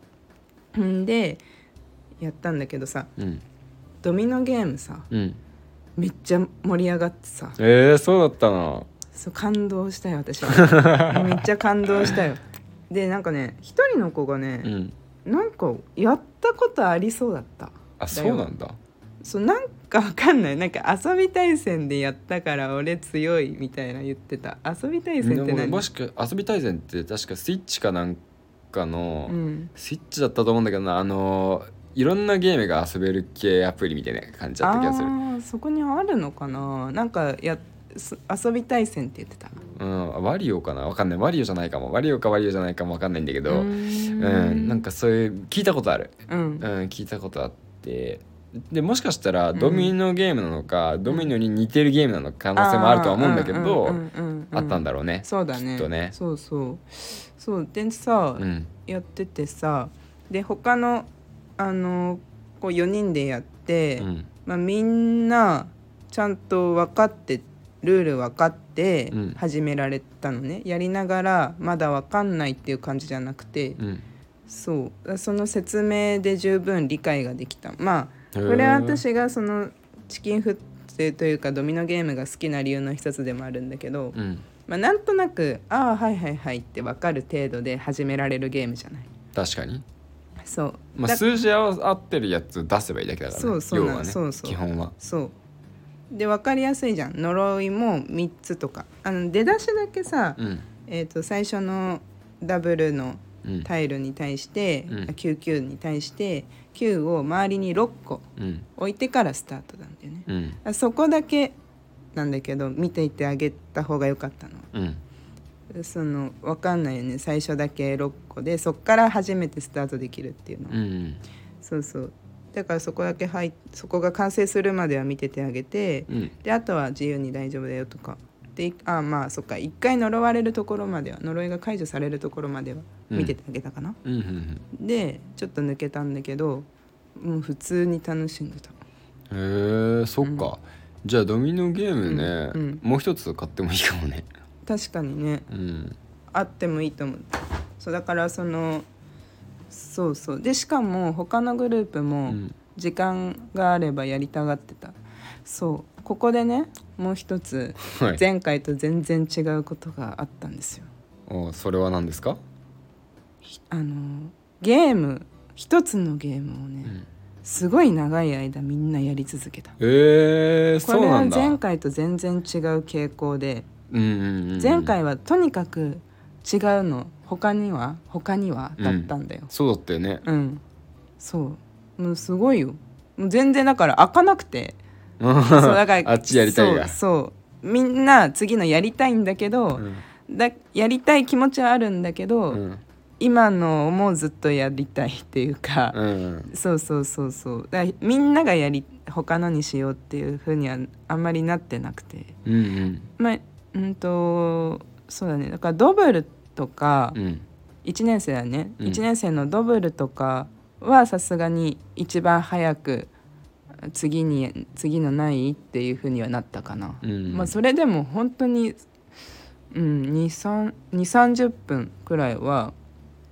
B: んでやったんだけどさ
A: うん
B: ドミノゲームさ
A: うん
B: めっちゃ盛り上がってさ
A: えー、そうだったの
B: そう感動したよ
A: (laughs)
B: 私はめっちゃ感動したよでなんかね一人の子が
A: う
B: ね、
A: ん
B: なんかやったことありそうだった
A: あそうなんだ
B: そうなんかわかんないなんか遊び対戦でやったから俺強いみたいな言ってた遊び対戦って
A: でも
B: 何
A: もしく遊び大全って確かスイッチかなんかの、
B: うん、
A: スイッチだったと思うんだけどなあのいろんなゲームが遊べる系アプリみたいな感じだ
B: あ
A: った気がする
B: ーそこにあるのかななんかやす遊び対戦って言ってた
A: うん、ワリオかなわかんないワリオじゃないかもワリオかワリオじゃないかもわかんないんだけどうん、なん
B: か
A: かそういう聞いたことある、
B: うん
A: うん、聞いたことあってでもしかしたらドミノゲームなのか、ドミノに似てるゲームなの可能性もあるとは思うんだけど、
B: うんうんうんう
A: あったんだ
B: だ
A: ろうね
B: そうだね
A: きっとね
B: そうそうそうでさ、
A: うん
B: やっててさで他のあのこう4人でやって、
A: うん
B: まあ、みんなちゃんと分かってルール分かって
A: うん
B: 始められたのね、やりながらまだ分かんないっていう感じじゃなくて、
A: うん
B: そうその説明で十分理解ができたまあ
A: へー
B: これは私がそのチキンフットというかドミノゲームが好きな理由の一つでもあるんだけど、
A: うん
B: まあ、なんとなく「ああはいはいはい」って分かる程度で始められるゲームじゃない。
A: 確かに、
B: そう、
A: まあ、
B: だ
A: 数字合ってるやつ出せばいいだけだから、ね、
B: そうそうな
A: 要
B: の
A: はね
B: そうそう
A: 基本は
B: そうで分かりやすいじゃん呪いも3つとかあの出だしだけさ、
A: うん
B: えー、と最初のダブルの
A: うん
B: タイルに対して、
A: うん
B: あ99に対して9を周りに6個
A: うん
B: 置いてからスタートなんだよね、
A: うん
B: あそこだけなんだけど見ていってあげた方が良かった
A: う
B: の
A: ん
B: その分かんないよね最初だけ6個でそっから初めてスタートできるっていうのは、
A: うん
B: そうそうだからそこだけ入っそこが完成するまでは見ててあげて、
A: うん
B: であとは自由に大丈夫だよとかであまあそっか一回呪われるところまでは呪いが解除されるところまでは
A: うん
B: 見ててあげたかな、
A: うんうん
B: でちょっと抜けたんだけどもう普通に楽しんでた
A: うんへえそっか、じゃあドミノゲームね、
B: うんうん
A: もう一つ買ってもいいかもね
B: 確かにね
A: うん
B: あってもいいと思うそうだからそのそうそうでしかも他のグループ
A: う
B: も
A: ん
B: 時間があればやりたがってたそうここでねもう一つ
A: はい
B: 前回と全然違うことがあったんですよ
A: おそれは何ですか、
B: あのゲーム一つのゲームを
A: う
B: ね
A: ん、
B: すごい長い間みんなやり続けた
A: えー、
B: こ
A: そう
B: れ
A: な
B: は
A: んだ
B: 前回と全然違う傾向で
A: うんうんうん、
B: 前回はとにかく違うの他には他にはだったんだよ
A: そうだったよね
B: うん、そうもうすごいよもう全然だから開かなくて
A: そう
B: そうだか
A: (laughs)
B: ら
A: あっちやりたいが
B: そうそうみんな次のやりたいんだけど、
A: うん
B: だやりたい気持ちはあるんだけど、
A: うん
B: 今のをもうずっとやりたいっていうか、
A: うん
B: そうそうそうそうだからみんながやり他のにしようっていうふうにはあんまりなってなくて
A: うんうん
B: まあうんとそうだねだからドブルとか
A: うん
B: 1年生だね、
A: うん
B: 一1年生のドブルとかはさすがに一番早く次に次のないっていうふうにはなったかな、
A: うん
B: まあ、それでも本当にうん2 3 2 3 0分くらいは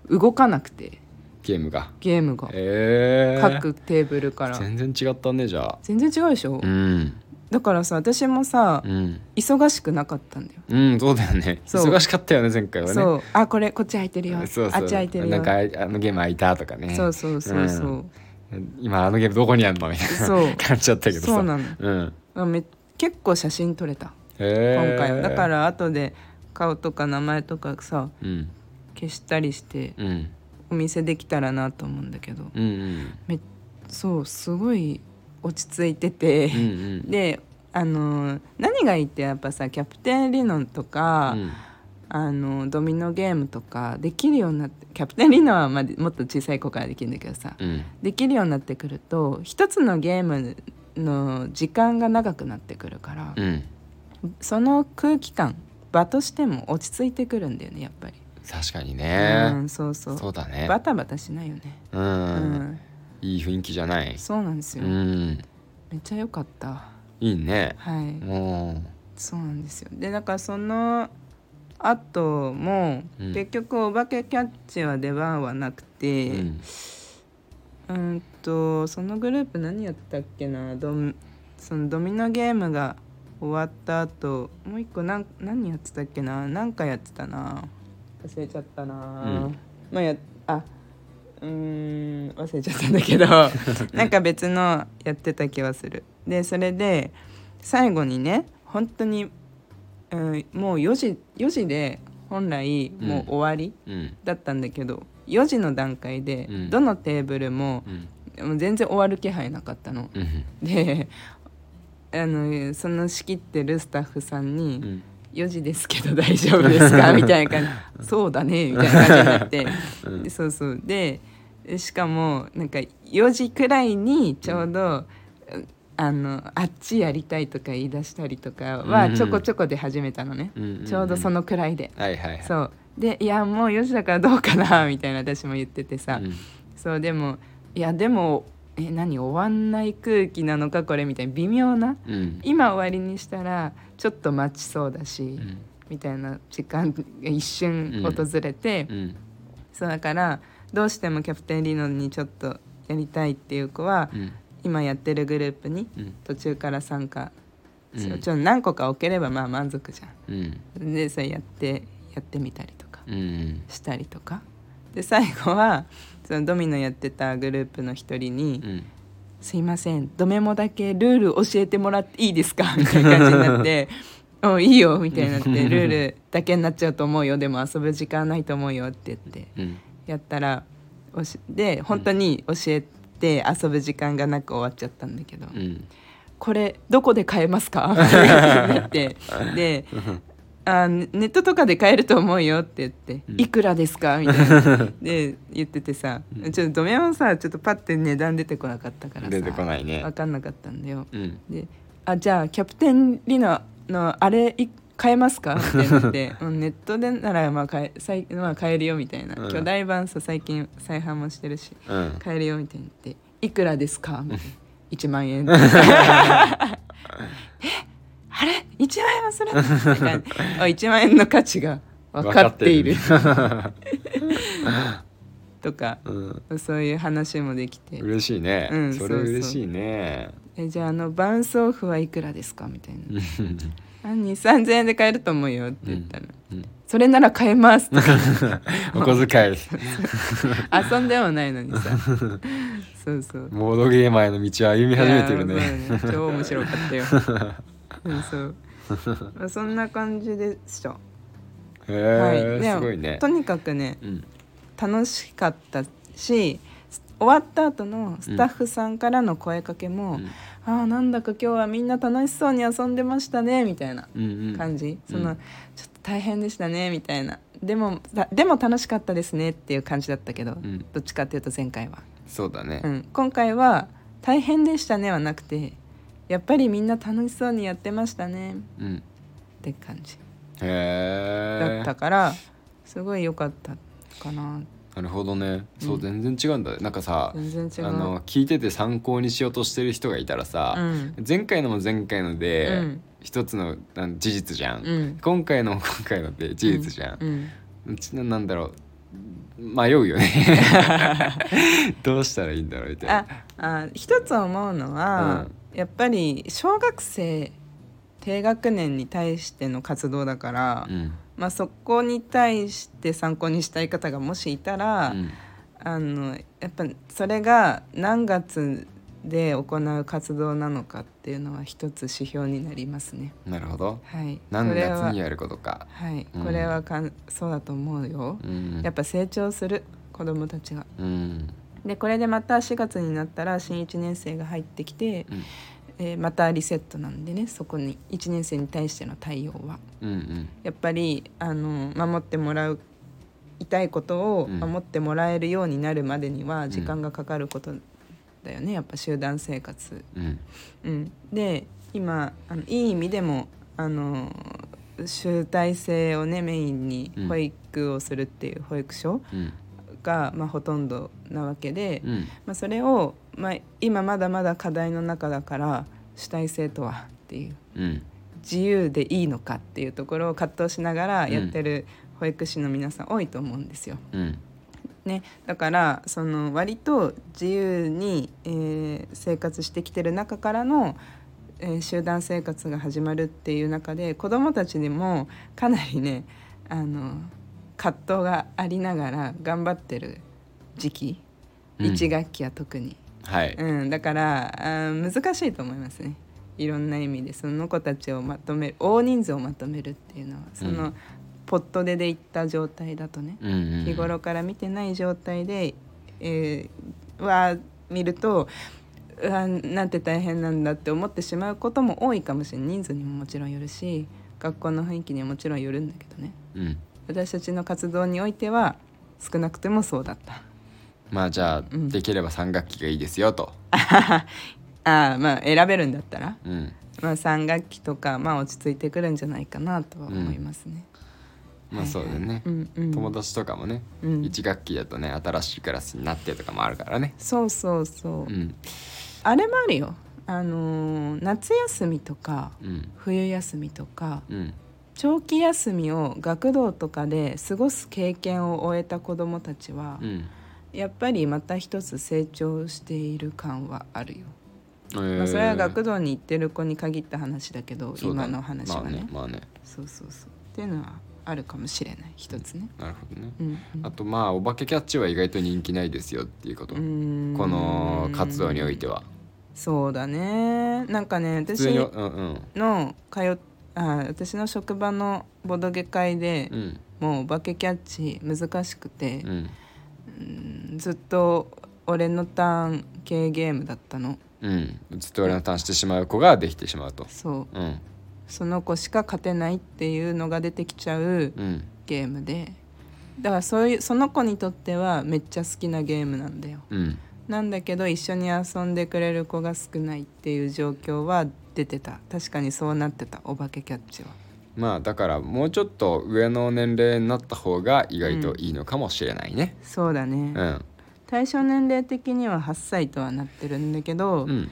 B: 動かなくて
A: ゲームが
B: ゲームが
A: えー、
B: 各テーブルから
A: 全然違ったねじゃあ
B: 全然違うでしょ、
A: うん
B: だからさ私もさ
A: うん
B: 忙しくなかったんだよ、
A: うんそうだよね
B: そう
A: 忙しかったよね前回はね
B: そうあこれこっち空いてるよ
A: そうそう
B: あっち空いてるよ
A: なんかああのゲーム空いたとかね
B: そうそうそうそう、
A: 今あのゲームどこにあるのみたいな
B: そう
A: 感じだったけどさ
B: そうなの
A: うん
B: あめ結構写真撮れた
A: へー
B: 今回はだから後で顔とか名前とかさ
A: うん
B: 消したりして
A: うん
B: お見せできたらなと思うんだけど
A: うんうん
B: めそうすごい落ち着いてて、
A: うんうん
B: であの何がいいってやっぱさキャプテン理論とか、
A: うん
B: あのドミノゲームとかできるようになってキャプテンリノはまだもっと小さい子からできるんだけどさ
A: うん
B: できるようになってくると一つのゲームの時間が長くなってくるから、
A: うん
B: その空気感場としても落ち着いてくるんだよねやっぱり、
A: 確かにね
B: うん、そうそう
A: そうだね
B: バタバタしないよね、
A: う
B: うん
A: んいい雰囲気じゃない
B: そうなんです
A: う
B: よ、
A: ん
B: めっちゃ良かった
A: いいね
B: はい、
A: も
B: そうなんですよでだからその後も、
A: うん
B: 結局お化けキャッチは出番はなく
A: う
B: て、
A: うん
B: うんとそのグループ何やったっけなドミそのドミノゲームが終わった後もう一個なん何やってたっけな何かやってたな忘れちゃったな、
A: ん
B: まあやあうーん忘れちゃったんだ
A: (laughs)
B: けどなんか別のやってた気はするでそれで最後にね本当に、うん、もう4時4時で本来もう終わり、
A: うん
B: だったんだけど4時の段階で
A: うん
B: どのテーブルも
A: うん
B: もう全然終わる気配なかったの。
A: うん
B: であのその仕切ってるスタッフさん
A: う
B: に
A: ん
B: 「4時ですけど大丈夫です
A: (laughs)
B: か?」みたいな感じ「そうだね」みたいな感じになって、
A: うん
B: でそうそうでしかもなんか4時くらいにちょうど、あのあっちやりたいとか言い出したりとかはちょこちょこで始めたのね、
A: うん
B: ちょうどそのくらいで。
A: はいはいはい
B: そうでいやもう4時だからどうかなみたいな私も言っててさ、
A: うん
B: そうでもいやでもえ何終わんない空気なのかこれみたいな微妙な
A: うん
B: 今終わりにしたらちょっと待ちそうだし、
A: うん
B: みたいな時間が一瞬訪れて、
A: うん
B: そうだからどうしてもキャプテン理論にちょっとやりたいっていう子は、
A: うん
B: 今やってるグループに
A: うん
B: 途中から参加、
A: うん
B: そうちょっと何個か置ければまあ満足じゃ
A: うん
B: ん。でそれやってやってみたりとか
A: うん
B: したりとかで最後はそのドミノやってたグループの一人に「
A: うん
B: すいませんドメモだけルール教えてもらっていいですか?」 (laughs) みたいな感じにな
A: (laughs)
B: って「おいいよ」みたいになって「ルールだけになっちゃうと思うよでも遊ぶ時間ないと思うよ」って言って
A: うん
B: やったらおしで本当に教えて遊ぶ時間がなく終わっちゃったんだけど「
A: うん
B: これどこで買えま
A: (laughs)
B: すか?」ってなってであネネットとかで買えると思うよって言って「
A: うん
B: いくらですか?」みたいな
A: (laughs)
B: で言っててさ、ちょっとドメモさちょっとパッて値段出てこなかったからさ
A: 出てこないね
B: 分かんなかったんだよ
A: うん
B: で「あじゃあキャプテンリナのあれい買えますか?」ってな
A: (laughs)
B: って、うん、ネットでならまあ買え最まあ、買えるよみたいな、
A: うん
B: 巨大版さ最近再販もしてるし
A: うん
B: 買えるよみたいに言って「いくらですか?」みたいな「1
A: (laughs)
B: 万円」えあれ ?1 万円もするなんかあ1万円の価値が分かっている
A: 分かって
B: とか
A: いるうん
B: そういう話もできて
A: 嬉しいね、
B: うん
A: それ
B: そうそう
A: 嬉しいね
B: 「えじゃああの伴奏譜はいくらですか?」みたいな
A: うん
B: 「あ2 3 0円で買えると思うよ」って言ったら「
A: うん
B: それなら買えます」
A: (laughs)
B: とか
A: お小遣い
B: 遊んでもないのにさそうそう
A: ボードゲーマーへの道を歩み始めてる
B: いや
A: ね
B: ーそうだ超面白かっ
A: (laughs)
B: たようんそうまあそんな感じでした、
A: へ
B: はい
A: え
B: です
A: ごいね
B: とにかくね
A: うん
B: 楽しかったし終わった後のスタッフさんからの声かけも
A: う
B: 「
A: ん
B: あーなんだか今日はみんな楽しそうに遊んでましたね」みたいな
A: うんうん
B: 感じ、
A: うん
B: そのちょっと大変でしたねみたいなでもだでも楽しかったですねっていう感じだったけど、
A: ん
B: どっちかっていうと前回は、
A: そうだね
B: うん、今回は「大変でしたね」はなくてやっぱりみんな楽しそうにやってましたね
A: うん、
B: って感じだ
A: へえ
B: ったから、すごい良かったかな
A: なるほどねそう、全然違うんだなんかさ
B: 全然違う
A: あの聞いてて参考にしようとしてる人がいたらさ、
B: うん
A: 前回のも前回ので、
B: うん
A: 一つのあの事実じゃん、
B: うん
A: 今回のも (laughs) 今回ので事実じゃん、
B: うん
A: うちのなんだろう迷うよ
B: (laughs)
A: ねどうしたらいいんだろうみたい
B: あ
A: な
B: あ一つ思うのは、やっぱり小学生低学年に対しての活動だから、
A: うん
B: まあ、そこに対して参考にしたい方がもしいたら、
A: うん
B: あのやっぱそれが何月で行う活動なのかっていうのは一つ指標になりますね。
A: なるほど
B: はい、
A: 何
B: これは
A: 月にやることか
B: はい、
A: うん
B: これはかん、そうだと思うよ。
A: うん
B: やっぱ成長する子供たちが。
A: うん
B: でこれでまた4月になったら新1年生が入ってきて、
A: うん
B: えーまたリセットなんでねそこに1年生に対しての対応は
A: うん
B: やっぱりあの守ってもらう痛いことを
A: うん
B: 守ってもらえるようになるまでには
A: ん
B: 時間がかかることだよね、やっぱ集団生活。
A: うんうん
B: うん、で今あのいい意味でもあの集大成をねメインに
A: うん
B: 保育をするっていう保育所
A: うん
B: が、まあ、ほとんどなわけで、
A: うん
B: まあ、それを、まあ、今まだまだ課題の中だから主体性とはっていう
A: うん
B: 自由でいいのかっていうところを葛藤しながらやってる保育士の皆さん多いと思うんですよ。
A: うん
B: ね、だからその割と自由に、えー生活してきてる中からの、えー集団生活が始まるっていう中で子どもたちにもかなりねあの葛藤がありながら頑張ってる時期
A: うん
B: 1学期は特に、
A: はい
B: うん、だからあー難しいと思いますねいろんな意味でその子たちをまとめる大人数をまとめるっていうのはそうの
A: ん
B: ポットででいった状態だとね、
A: うんうん
B: 日頃から見てない状態で、えーは見るとうわなんて大変なんだって思ってしまうことも多いかもしれない人数にももちろんよるし学校の雰囲気にももちろんよるんだけどね
A: うん
B: 私たちの活動においては少なくてもそうだった。 (laughs)
A: まあじゃあ
B: うん
A: できれば3学期がいいですよと
B: ああまあ選べるんだったら、
A: うん
B: まあ、3学期とか、まあ、落ち着いてくるんじゃないかなとは思いますね。
A: まあそうだよね
B: うんうん
A: 友達とかもね
B: うん
A: 1学期だとね新しいクラスになってとかもあるからね
B: そうそうそう、
A: うん
B: あれもあるよ、あのー夏休みとか
A: うん
B: 冬休みとか
A: うん
B: 長期休みを学童とかで過ごす経験を終えた子どもたちは、
A: うん
B: やっぱりまた一つ成長している感はあるよ、ま
A: ま
B: あ、それは学童に行ってる子に限った話だけど今の話はね,、
A: まあねまあね
B: そうそうそうっていうのはあるかもしれない一つね。
A: なるほどね
B: うんうん
A: あとまあお化けキャッチは意外と人気ないですよっていうこと
B: うーん
A: この活動においては
B: そうだねなんかね
A: 普
B: 私
A: 通にうんうん
B: の通っあ私の職場のボドゲ会で、
A: うん
B: もうお化けキャッチ難しくて
A: う、ん
B: うんずっと俺のターン系ゲームだったの
A: うんずっと俺のターンしてしまう子ができてしまうと
B: そう
A: うん
B: その子しか勝てないっていうのが出てきちゃう
A: うん
B: ゲームでだからそういうその子にとってはめっちゃ好きなゲームなんだよ
A: うん
B: なんだけど一緒に遊んでくれる子が少ないっていう状況は出てた確かにそうなってたお化けキャッチは
A: まあだからもうちょっと上の年齢になった方が意外といいのかもしれないね
B: そうだね、
A: うん
B: 対象年齢的には8歳とはなってるんだけ
A: う、
B: ど
A: ん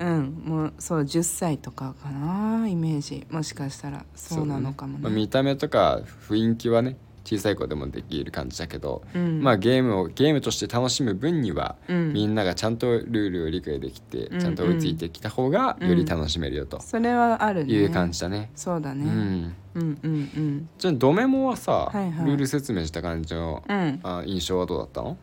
B: うん、もうそう10歳とかかなイメージもしかしたらそうなのかも
A: そうだねまあ
B: ね。
A: 見た目とか雰囲気はね小さい子でもできる感じだけど
B: うん
A: まあゲームをゲームとして楽しむ分には
B: うん
A: みんながちゃんとルールを理解できて
B: うん
A: ちゃんと追いついてきた方がより楽しめるよと
B: それはあるね。
A: いう感じだね。
B: そうだ
A: う
B: ね、
A: ん、
B: うん、うんうん
A: じゃあドメモはさ、
B: はいはい
A: ルール説明した感じの
B: うんあ
A: あ印象はどうだったの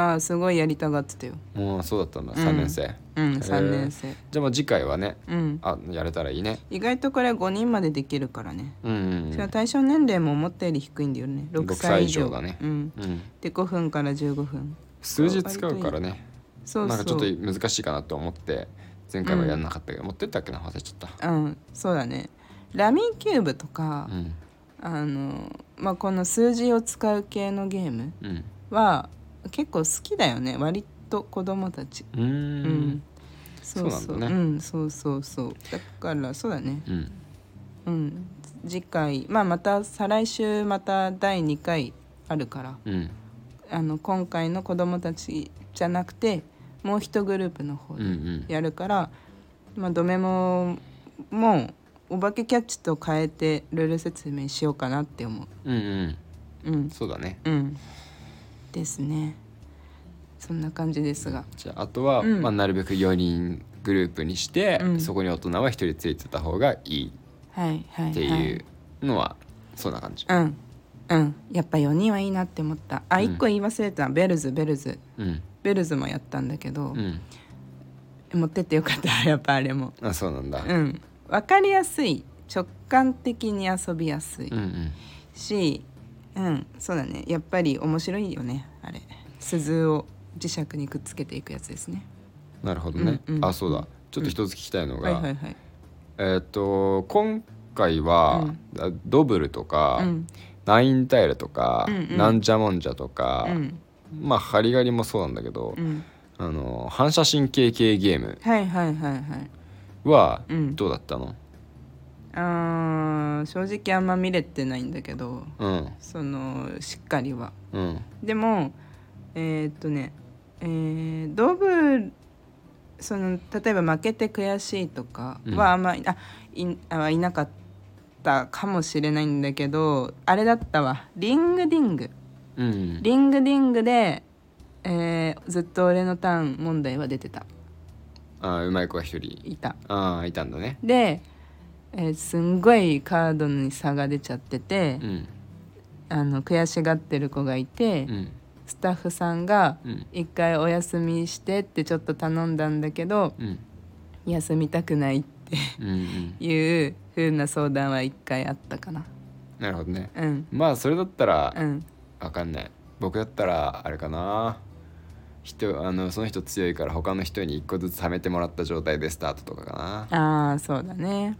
B: あすごいやりたがってたよ。
A: もうそうだったんだ
B: うん
A: 3年生、
B: うん
A: ー
B: 3年生、
A: じゃあまあ次回はね
B: うん、
A: あやれたらいいね。
B: 意外とこれ5人までできるからね。
A: うんうん
B: そ
A: うん
B: れは対象年齢も思ったより低いんだよね6
A: 6
B: 歳
A: 歳
B: 以
A: 以
B: 上
A: 上だね
B: うん、
A: うん、
B: で5分から15分
A: 数字使うからね
B: そうそう
A: なんかちょっと難しいかなと思って前回はやんなかったけど、持ってったっけな忘れちゃっ
B: うんそうだねラミーキューブとか、
A: た。うん
B: あのまあこの数字を使う系のゲーム
A: うん
B: は結構好きだよね割と子供たち
A: うー
B: うんそうそう
A: そううなんだね
B: んそうそうそうだからそうだね
A: うん
B: うん次回まあまた再来週また第2回あるから
A: うん
B: あの今回の子供たちじゃなくてもう一グループの方
A: うんう
B: で
A: ん
B: やるから、まあドメモもお化けキャッチと変えてルール説明しようかなって思う
A: うんうん
B: うん
A: そうだね
B: うん、ですねそんな感じですが
A: じゃああとは、
B: うん
A: まあ、なるべく4人グループにして、
B: うん
A: そこに大人は1人ついてた方がいい
B: はいはい、はい、
A: っていうのは、そんな感じ、
B: うんうんやっぱ4人はいいなって思ったあ
A: うん
B: 一1個言い忘れた、ベルズベルズ
A: うん
B: ベルズもやったんだけど
A: う、ん、
B: 持ってってよかった (laughs) やっぱあれも
A: あそうなんだ、
B: うん分かりやすい直感的に遊びやすい
A: うんうん
B: しうんそうだねやっぱり面白いよねあれ鈴を磁石にくっつけていくやつですね
A: なるほどね、
B: うんうん
A: あそうだちょっと一つ聞きたいの
B: は
A: が、
B: いはいはい
A: えーっ、と今回は、あドブルとか、
B: うん
A: ナインタイルとか、
B: うんうん
A: なんじゃもんじゃとか
B: う、ん
A: まあハリガリもそうなんだけど、
B: うん
A: あの反射神経系ゲーム
B: はいはいはいはい
A: は
B: うん
A: どうだったの、
B: あー正直あんま見れてないんだけど
A: うん
B: そのしっかりは
A: うん
B: でもえーっとねえードブその例えば負けて悔しいとか
A: うん
B: はあんまり、あいあいなかったかもしれないんだけどあれだったわリングディング
A: うん
B: リングディングで、えーずっと俺のターン問題は出てた
A: あうまい子が一人
B: いた
A: ああいたんだね
B: で、えーすんごいカードに差が出ちゃってて、
A: うん
B: あの悔しがってる子がいて、
A: うん
B: スタッフさんが
A: うん
B: 「一回お休みして」ってちょっと頼んだんだけど
A: うん
B: 休みたくないって
A: うんうん
B: いう風な相談は一回あったかな
A: なるほどね
B: うん
A: まあそれだったら
B: うん
A: わかんない僕だったらあれかな人あのその人強いから他の人に一個ずつ貯めてもらった状態でスタートとかか
B: ああそうだね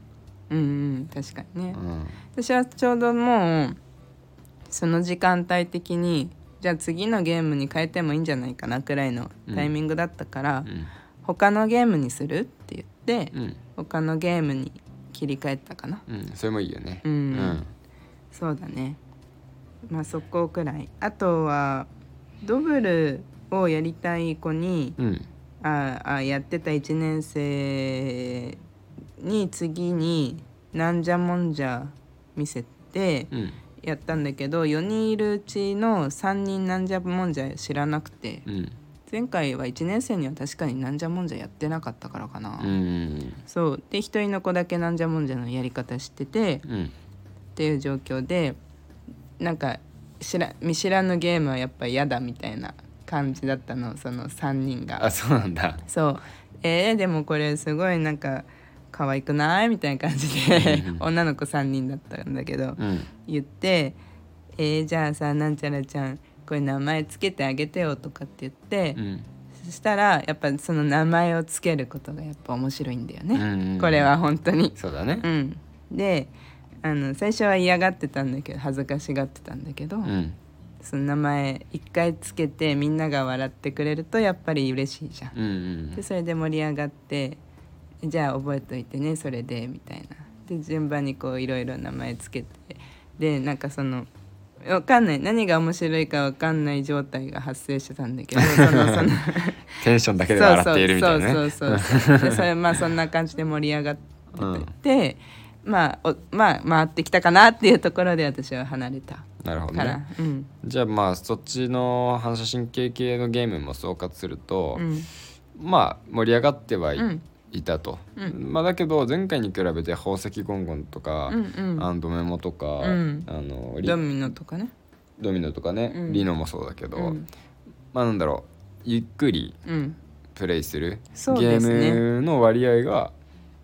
B: うんうん確かにね
A: なうん
B: 私はちょうどもうその時間帯的にじゃあ次のゲームに変えてもいいんじゃないかなくらいのタイミングだったから、
A: うん
B: 他のゲームにするって言って、
A: うん
B: 他のゲームに切り替えたかな
A: うんそれもいいよね
B: うんそうだねまあそこくらいあとはドブルをやりたい子に
A: うんうん
B: ああやってた1年生に次になんじゃもんじゃ見せて
A: うん
B: やったんだけど4人いるうちの3人なんじゃもんじゃ知らなくて
A: うん
B: 前回は1年生には確かになんじゃもんじゃやってなかったからかな、
A: うん
B: そうで1人の子だけなんじゃもんじゃのやり方知ってて
A: うん
B: っていう状況でなんか知ら見知らぬゲームはやっぱ嫌だみたいな感じだったのその3人
A: あ
B: が
A: そうなんだ
B: そうえー、でもこれすごいなんか可愛くないみたいな感じ
A: う
B: で
A: んうん
B: 女の子3人だったんだけど
A: うん
B: 言って「えー、じゃあさなんちゃらちゃんこれ名前つけてあげてよ」とかって言って、
A: うん
B: そしたらやっぱその名前をつけることがやっぱ面白いんだよ
A: うんう
B: ね、
A: んうん
B: これは本当に。
A: そうだね
B: うん、であの最初は嫌がってたんだけど恥ずかしがってたんだけど、
A: うん
B: その名前一回つけてみんなが笑ってくれるとやっぱり嬉しいじゃん。
A: うんうん
B: でそれで盛り上がってじゃあ覚えといてねそれでみたいな。で順番にこういろいろ名前つけてでなんかそのわかんない何が面白いかわかんない状態が発生してたんだけどそのその
A: テンションだけで笑っているみたいなね
B: そうそうそうそうでそれまあそんな感じで盛り上がってて、まあおまあ回ってきたかなっていうところで私は離れたか
A: なるほど
B: ら、
A: ね
B: うん
A: じゃあまあそっちの反射神経系のゲームも総括すると、
B: うん
A: まあ盛り上がってはい,、
B: うん
A: たと、
B: うん
A: まあだけど前回に比べて宝石ゴンゴンとか、
B: うんうん
A: あのドメモとか、
B: うん
A: あのリ
B: ドミノとかね
A: ドミノとかね、
B: うん
A: リノもそうだけど、
B: うん
A: まあなんだろうゆっくり
B: うん
A: プレイする
B: そう
A: ゲ
B: ですね
A: ームの割合が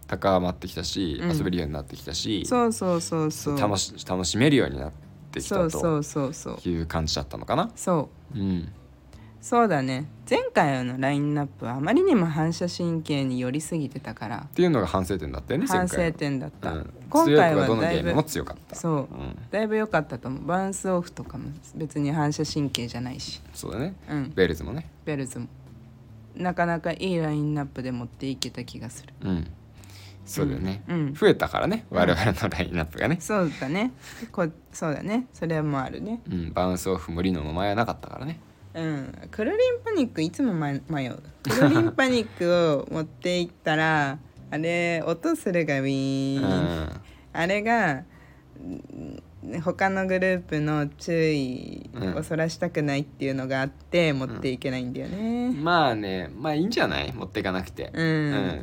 A: 高まってきたし、
B: うん
A: 遊べるようになってきたし
B: そうそうそうそう
A: 楽し楽しめるようになってき
B: そ
A: た
B: う
A: と
B: そうそうそう
A: いう感じだったのかな。
B: そう
A: うん、
B: そうだね前回のラインナップはあまりにも反射神経に寄りすぎてたから
A: っていうのが反省点だったよね
B: 反省
A: 前回
B: 点だっ
A: の
B: た、
A: うん、
B: 今
A: 強い
B: 回
A: 子が
B: は
A: どのゲ
B: だい
A: ーム
B: ぶ
A: も強かった
B: そう
A: うん、
B: だいぶ良かったと思うバランスオフとかも別に反射神経じゃないし、
A: そうだね
B: うん、
A: ベルズもね、
B: ベルズもなかなかいいラインナップで持っていけた気がする
A: うん、そうだよね、
B: うんうん
A: 増えたからね我々のラインナップがね、
B: そうだねこそうだねそれもあるね
A: うん、バウンスオフもリノも前はなかったからね
B: うんクルリンパニックいつも迷迷うクルリンパニックを持っていったら (laughs) あれ音するがウィ
A: う
B: ー
A: ん
B: ン、あれがうん他のグループの注意をそらしたくないっていうのがあって持っていけないんだよね、
A: まあねまあいいんじゃない持っていかなくて、
B: うん
A: う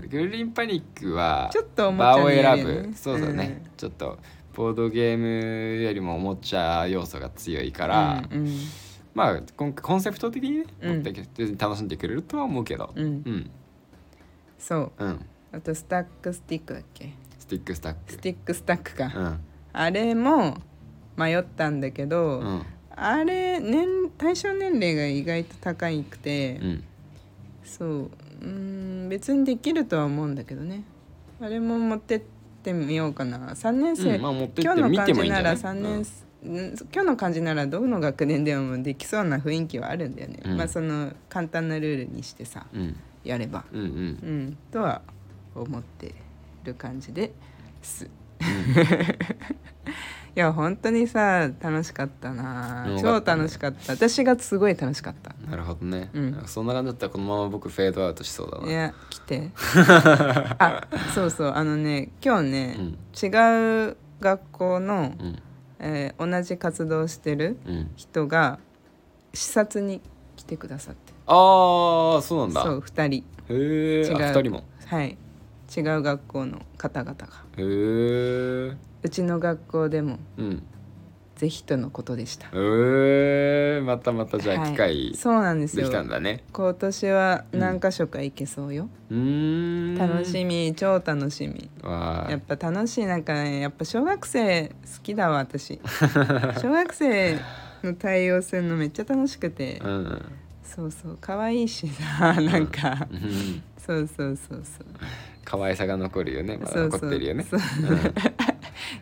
A: んグルリンパニックは
B: ちょっとおもち
A: 場
B: ゃ
A: を
B: によるよね
A: 選ぶそうだね、ちょっとボードゲームよりもおもちゃ要素が強いから、
B: うんうん
A: まあ今回コンセプト的にね
B: うん
A: 持ってきて楽しんでくれるとは思うけど
B: うん
A: うん
B: そう
A: うん
B: あとスタックスティックだっけ
A: スティックスタック
B: スティックスタックか、
A: うん
B: あれも迷ったんだけど、
A: うん
B: あれ年対象年齢が意外と高いくて、
A: うん
B: そううーん別にできるとは思うんだけどねあれも持ってってみようかな3年生、
A: うんまあ持ってって
B: 今日の
A: 見て
B: 感
A: もいい
B: じ
A: んじ
B: な
A: ゃない
B: ら3年生、ん今日の感じならどの学年でもできそうな雰囲気はあるんだよね、
A: うん
B: まあその簡単なルールにしてさ
A: うん
B: やれば
A: うんうん
B: うん、とは思ってる感じ (laughs) です。いや本当にさ楽しかったな
A: うん
B: 超楽しかった私がすごい楽しかった
A: なるほどね、
B: うん
A: そんな感じだったらこのまま僕フェードアウトしそうだない
B: や来て
A: (laughs)
B: あそうそうあのね今日ね、
A: うん
B: 違う学校の、
A: うん
B: えー同じ活動してる
A: うん
B: 人が視察に来てくださって
A: ああそうなんだ
B: そう2人
A: へえ
B: 違う
A: あ二人も
B: はい違う学校の方々が
A: へえ
B: うちの学校でも
A: うん
B: ぜひとのことでした。
A: えー、またまたじゃあ機
B: はい
A: 会
B: そうなんです
A: で
B: よ
A: きたんだね、
B: 今年は何箇所か行けそうよ、
A: うーん
B: 楽しみ超楽しみ
A: わ
B: やっ
A: あ
B: ぱ楽しいなんかねやっぱ小学生好きだ
A: (laughs)
B: わ私小学生の対応するのめっちゃ楽しくて、
A: うん
B: そうそう可愛いしさなんか、
A: うん
B: そうそうそうそう
A: 可愛さが残るよねまだ
B: そう
A: 残ってるよね
B: そう (laughs)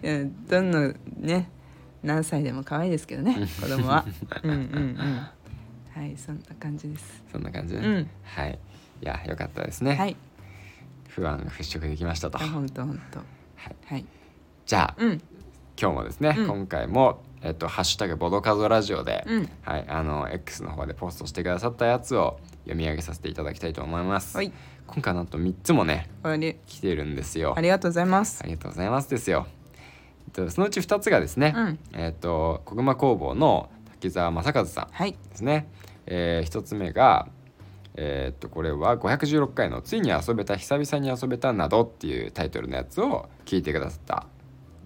B: いやどんなね何歳でも可愛いですけどね子供
A: (laughs)
B: はうんうんうんはいそんな感じです
A: そんな感じね、
B: うん
A: はいいや良かったですね、
B: はい
A: 不安が払拭できましたと
B: あ本当本当
A: はい
B: はい
A: じゃあ、
B: うん
A: 今日もですね、
B: うん
A: 今回もえっとハッシュタグボドカゾラジオで、
B: うん
A: はいあの X の方でポストしてくださったやつを読み上げさせていただきたいと思います、
B: はい
A: 今回なんと3つもね
B: あれ
A: 来てるんですよ
B: ありがとうございます
A: ありがとうございますですよ。えっとそのうち2つがですね、
B: うん
A: えっ、と小熊工房の滝沢正和さん
B: はい
A: ですね。え1つ目がえっ、とこれは516回の「ついに遊べた久々に遊べた」などっていうタイトルのやつを聞いてくださった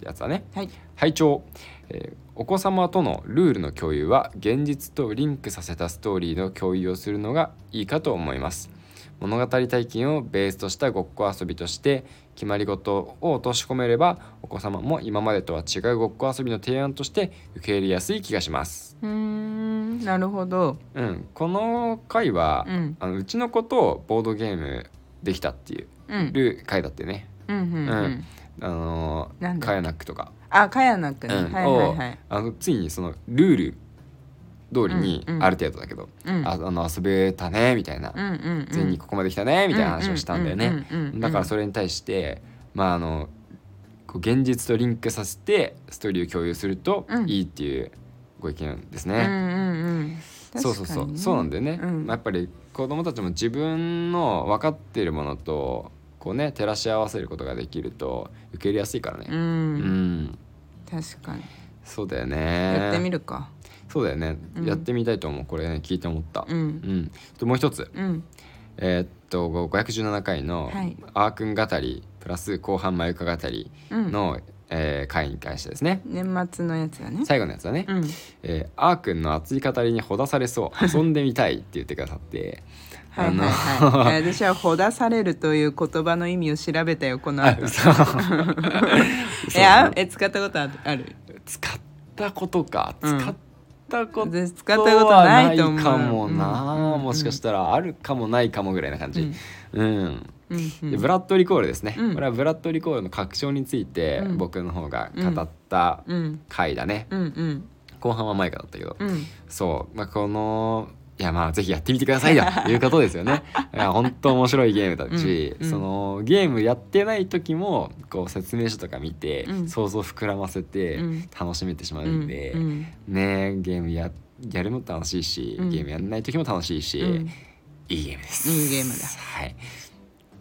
A: ってやつだね
B: はい
A: 拝聴、えーお子様とのルールの共有は現実とリンクさせたストーリーの共有をするのがいいかと思います物語体験をベースとしたごっこ遊びとして決まり事を落とし込めればお子様も今までとは違うごっこ遊びの提案として受け入れやすい気がします
B: うーんなるほど
A: うんこの回は、
B: うん
A: あのうちの子とボードゲームできたっていう
B: うん
A: る回だってね
B: うんうんう
A: うんんあのー
B: なんだっけ
A: カヤナックとか
B: あカヤナックね、
A: うん
B: はいはいはい
A: あのついにそのルール通りに
B: うんうん
A: ある程度だけど、
B: うん
A: ああの遊べたねみたいな、
B: うんうんうん
A: ついにここまで来たねみたいな話をしたんだよね、
B: うんうんうんうんうん
A: だからそれに対してまああのこう現実とリンクさせてストーリーを共有すると
B: うん
A: いいっていうご意見です
B: うん
A: ね、
B: うんうん
A: そうそうそうそうなんだよね、
B: うん
A: まあやっぱり子供たちも自分の分かっているものとこうね照らし合わせることができると受け入れやすいから
B: う
A: ね
B: ん、
A: うん、
B: 確かに、
A: そうだよね
B: やってみるか
A: そうだよね、
B: うん
A: やってみたいと思うこれ、ね、聞いて思った、
B: う
A: うんんともう一つ
B: うん
A: えーっと517回の
B: はい
A: 「あーくん語り」プラス後半「まゆか語り
B: うん
A: の」えー回に関してですね
B: 年末のやつだね
A: 最後のやつだね、
B: うん
A: えーあーくんの熱い語りにほだされそう
B: (laughs)
A: 遊んでみたいって言ってくださって
B: はいはい
A: あの
B: はい私は「ほだされる」という言葉の意味を調べたよこの
A: (laughs) あ
B: 後
A: 嘘
B: えあえ使ったことあある
A: 使ったことか
B: うん
A: 使ったこと
B: 使ったことはないと思う
A: かもな、
B: うんうん
A: もしかしたらあるかもないかもぐらいな感じうん
B: うんうん
A: でブラッド・リコールですね、
B: うん
A: これはブラッド・リコールの確証について
B: うん
A: 僕の方が語った
B: うん
A: 回だね、
B: うんうん
A: 後半はマイカだったけど、
B: うん
A: そう、まあ、このいやまあぜひやってみてください
B: (laughs)
A: よということですよねいや本当面白いゲームだし、
B: うんうん
A: そのゲームやってない時もこう説明書とか見て、
B: うん
A: 想像膨らませて
B: うん
A: 楽しめてしま
B: う
A: うんんで、
B: うん
A: ねゲームややるのも楽しいし、
B: うん
A: ゲームやんない時も楽しいし、
B: うん
A: いいゲームです。
B: いいゲームだ
A: はい。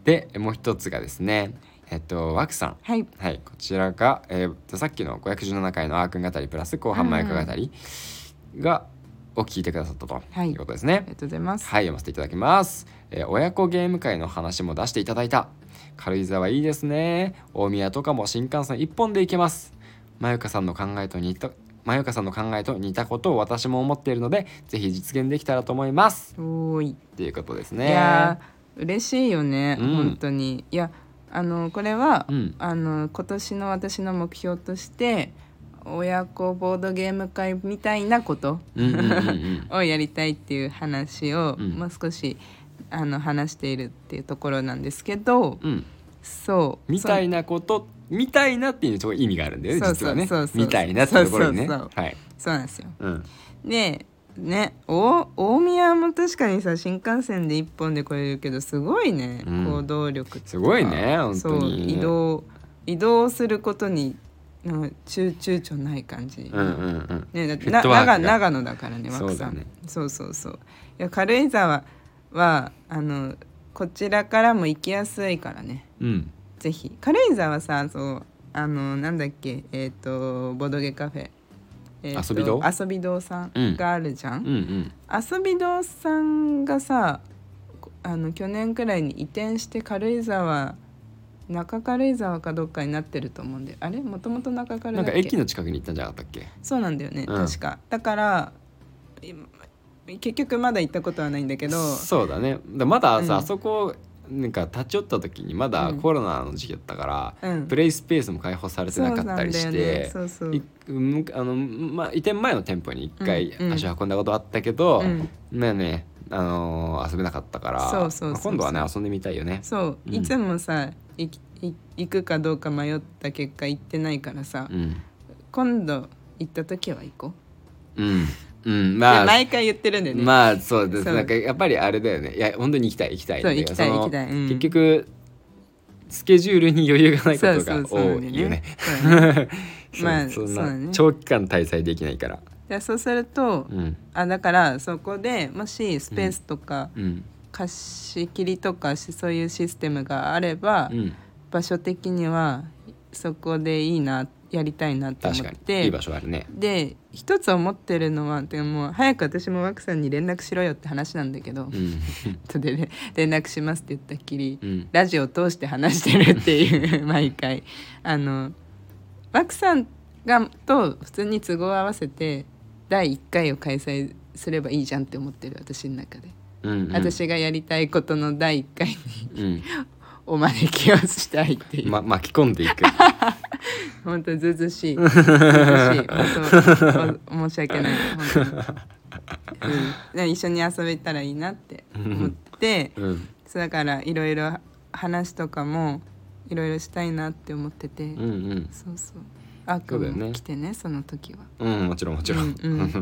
A: で、もう一つがですね、えっと、ワクさん。
B: はい
A: はい、こちらが、えー、さっきの517回のあーくん語りプラス後半マイク語りが、を聞いてくださったと
B: はい
A: いうことですね。
B: ありがとうございます
A: はい、読ませていただきます。えー親子ゲーム会の話も出していただいた。軽井沢いいですね。大宮とかも新幹線一本で行けます。まゆかさんの考えと似た、まゆかさんの考えと似たことを私も思っているので、ぜひ実現できたらと思います。
B: おーい
A: っていうことです
B: い
A: ね。
B: やー嬉しいよね、
A: うん
B: 本当にいやあのこれは、
A: うん
B: あの今年の私の目標として親子ボードゲーム会みたいなこと
A: うんうんうんうん
B: (laughs) をやりたいっていう話を、
A: うん
B: もう少しあの話しているっていうところなんですけど、
A: うん、
B: そう
A: みたいなことみたいなっていうちょっと意味があるんだよね
B: そう
A: 実はね
B: そうそうそう
A: みたいなってところにね
B: そうそう
A: はい、
B: そうそうなんですよ。
A: うん、
B: でねお大宮も確かにさ新幹線で一本で来れるけどすごいね、
A: うん
B: 行動力ってうか
A: すごいね本当に
B: そう移動移動することになんか躊躊躇ない感じ、
A: うんうんうん
B: ね、だって
A: フ
B: な
A: ットワークが
B: 長長野だからね枠
A: そう
B: さ
A: だ
B: ん
A: ね
B: そうそうそういや軽井沢はあのこちらからも行きやすいからね
A: うん
B: ぜひ軽井沢さそうあのなんだっけえっ、とボドゲカフェ、えーと
A: 遊び堂
B: 遊び堂さ
A: うん
B: んがあるじゃん、
A: うんうん
B: 遊び堂さんがさこあの去年くらいに移転して軽井沢中軽井沢かどっかになってると思うんであれもともと中軽
A: なん
B: だっ
A: か
B: け
A: 駅の近くに行ったんじゃなかったっけ
B: そうなんだよね、
A: うん
B: 確かだから今結局まだ行ったことはないんだけど
A: そうだねだまださ、
B: うん
A: あそこなんか立ち寄った時にまだ
B: うん
A: コロナの時期だったから、
B: うん
A: プレイスペースも開放されてなかったりし
B: そうなんだよね
A: て
B: そうそう
A: いうんあのまあ、移転前の店舗に一回
B: うんうん
A: 足を運んだことあったけど、
B: うん
A: まあね、あのー遊べなかったから
B: そうそうそうそう
A: まあ今度はね遊んでみたいよね。
B: そう、
A: うん
B: いつもさ行き行行くかどうか迷った結果行ってないからさ、
A: うん
B: 今度行った時は行こう、
A: うん、うん、
B: で
A: まあ、
B: 毎回言ってるんだよね、
A: まあそうです
B: そう
A: なんかやっぱりあれだよねいや本当に行きたい行きたいんだよ
B: そう行きたい
A: の
B: 行きたいうん
A: 結局スケジュールに余裕がないことが多いよね。
B: そう
A: (laughs)
B: なんだよね
A: そう
B: まあ
A: そん
B: そうだね
A: な長期間滞在できないから、
B: でそうすると、
A: うん
B: あだからそこでもしスペースとか
A: うん
B: 貸し切りとかしそういうシステムがあれば、
A: うん、
B: 場所的にはそこでいいなやりたいなって思っ
A: 確かに
B: て
A: いい場所あるね。
B: で一つ思ってるのはてかもう早く私もワクさんに連絡しろよって話なんだけど、
A: うん
B: 後で、ね、連絡しますって言ったっきり、
A: うん
B: ラジオを通して話してるっていう毎回あのバクさんがと普通に都合を合わせて第1回を開催すればいいじゃんって思ってる私の中で、
A: うんうん、、
B: 私がやりたいことの第1回に
A: うん、
B: お招きをしたいっていう、
A: ま巻き込んでいく
B: 本当ずうず
A: (laughs)
B: うしいずうずうしい本当お申し訳ない本当に、
A: (laughs)
B: うんね、一緒に遊べたらいいなって思って
A: うん
B: そうだからいろいろ話とかもいろいろしたいなって思ってて、
A: うんうん
B: そうそうあーく
A: そうだ
B: ん
A: よ
B: も
A: ね
B: 来てねその時は
A: うんもちろんもちろん、
B: うんう
A: (laughs)
B: ん
A: こ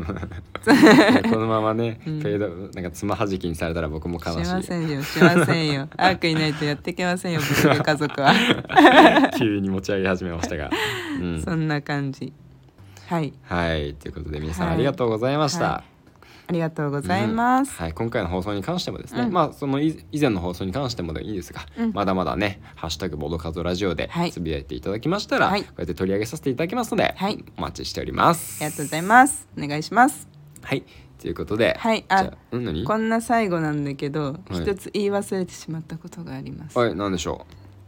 A: のままね、
B: うん
A: フェードなんかつまはじきにされたら僕も
B: し
A: 悲し
B: ま
A: い
B: せんよしませんよあーくんいないとやっていけませんよ僕の家族は、
A: (laughs) 急に持ち上げ始めました
B: (laughs)
A: が、 (laughs) うん、
B: そんな感じはい
A: はいということで皆さん
B: はい
A: ありがとうございました、
B: はありがとうございます、
A: はい、今回の放送に関してもですね、
B: うん
A: まあそのい以前の放送に関してもでいいですが、
B: うん
A: まだまだね「ハッシュタグボードカズラジオ」で
B: はい
A: つぶやいていただきましたら、
B: はい
A: こうやって取り上げさせていただきますので、
B: はい
A: お待ちしております。
B: ありがとうございますお願いします
A: はい、ということで、
B: はい
A: じゃ
B: あ
A: あうん何
B: こんな最後なんだけど
A: はい
B: 一つ言い忘れてしまったことがあります、
A: はい何でしょ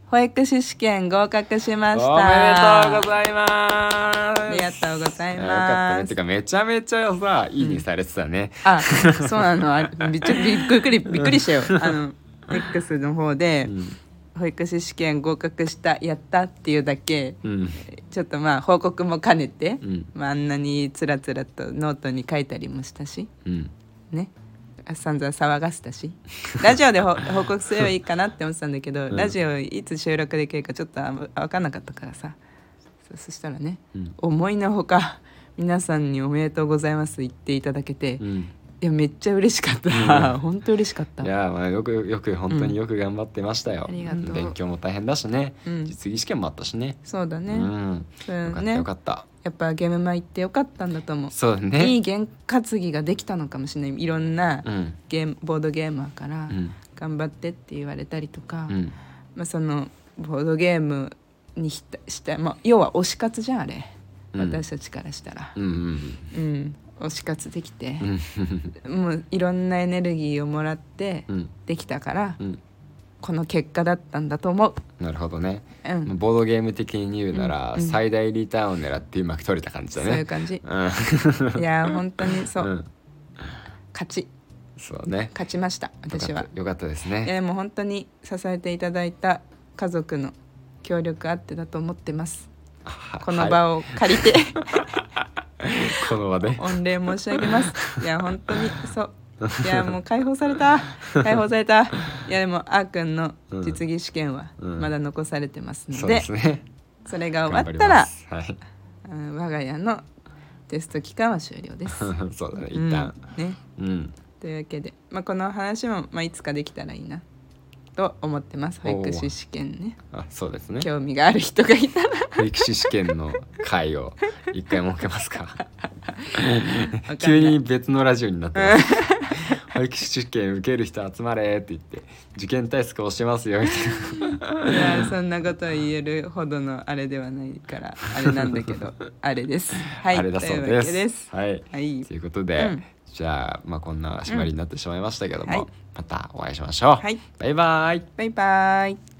B: 保育士試験合格し
A: う
B: ました
A: おめでとうございます
B: ありがとうござい
A: よかったね
B: ま
A: て
B: す
A: かめちゃめちゃさいいねされてたね、
B: あ、そうなの、あれびっちゃびっくり、びっくりしたよ。あの、X の方で、保育士試験合格した、やったっていうだけ、
A: うん
B: ちょっとまあ、報告も兼ねて、
A: うん
B: まあ、あんなにつらつらとノートに書いたりもしたし、
A: うん
B: ね。あ散々騒がせたしラジオ
A: (laughs)
B: でほ報告すればいいかなって思ってたんだけど、
A: ん
B: ラジオいつ収録できるかちょっとあ分かんなかったからさそそしたらね、
A: うん
B: 思いのほか皆さんに「おめでとうございます」言っていただけて、
A: うん
B: いやめっちゃ嬉しかった。本当嬉しかった。
A: いやーまあよくよく本当によく頑張ってましたよ、
B: うんありがとうん
A: 勉強も大変だしね、
B: うん
A: 実技試験もあったしね
B: そうだね。
A: う
B: うん
A: んよかった
B: ね
A: よか。った、
B: やっぱゲームマ行ってよかったんだと思う。
A: そうだね
B: いい験担ぎができたのかもしれない。いろんな
A: うん
B: ゲームボードゲーマーから
A: うん
B: 頑張ってって言われたりとか、
A: うん
B: まあそのボードゲームにひたしたまあ要は推し活じゃんあれ。
A: うん
B: 私たちからしたら、
A: うんうん
B: うん、推し活できて
A: う、ん
B: (laughs) もういろんなエネルギーをもらって
A: うん
B: できたから、
A: うん
B: この結果だったんだと思う。
A: なるほどね、
B: うん
A: まあボードゲーム的に言うなら、
B: うんうん
A: 最大リターンを狙ってうまく取れた感じだ
B: そういう
A: ね
B: 感じ。
A: うん
B: いやー本当にそう、
A: うん
B: 勝ち
A: そうね
B: 勝ちました私
A: よ
B: は
A: かったよかったです
B: いや
A: ね
B: でも本当に支えていただいた家族の協力あってだと思ってます (laughs) この
A: を、は
B: 場を借
A: (laughs)
B: りて、
A: いこの場で
B: 御礼申し上げますいや本当に
A: (laughs)
B: そういやもう解放された解放されたいやでもあーくんの実技試験は
A: うん
B: まだ残されてますので,、
A: そうですね
B: それが
A: 頑張
B: 終わっ
A: り
B: た
A: ま
B: ら
A: すはい
B: うん我が家のテスト期間は終了です
A: そうだね (laughs) 一旦
B: うんね
A: うん
B: というわけで、まあ、この話も、まあ、いつかできたらいいなと思ってます保育士試験ね
A: あそうですね
B: 興味がある人がいたら
A: (laughs) 保育士試験の会
B: (laughs)
A: を一回設けますか
B: わかんない
A: 急に別のラジオになって
B: (laughs)
A: ます保育士試験受ける人集まれって言って受験対策をしてますよみたい
B: いやそんなこと言えるほどのあれではないからあれなんだけどあれですは
A: な、
B: い
A: あれだ
B: と
A: そう
B: いう
A: で
B: わ
A: す
B: けです
A: はい、
B: はい
A: ということで、
B: うん
A: じゃあ,、まあこんな締まりになってしまいましたけども、
B: うんはい
A: またお会いしましょう、
B: はい
A: バイバイ
B: バイバイ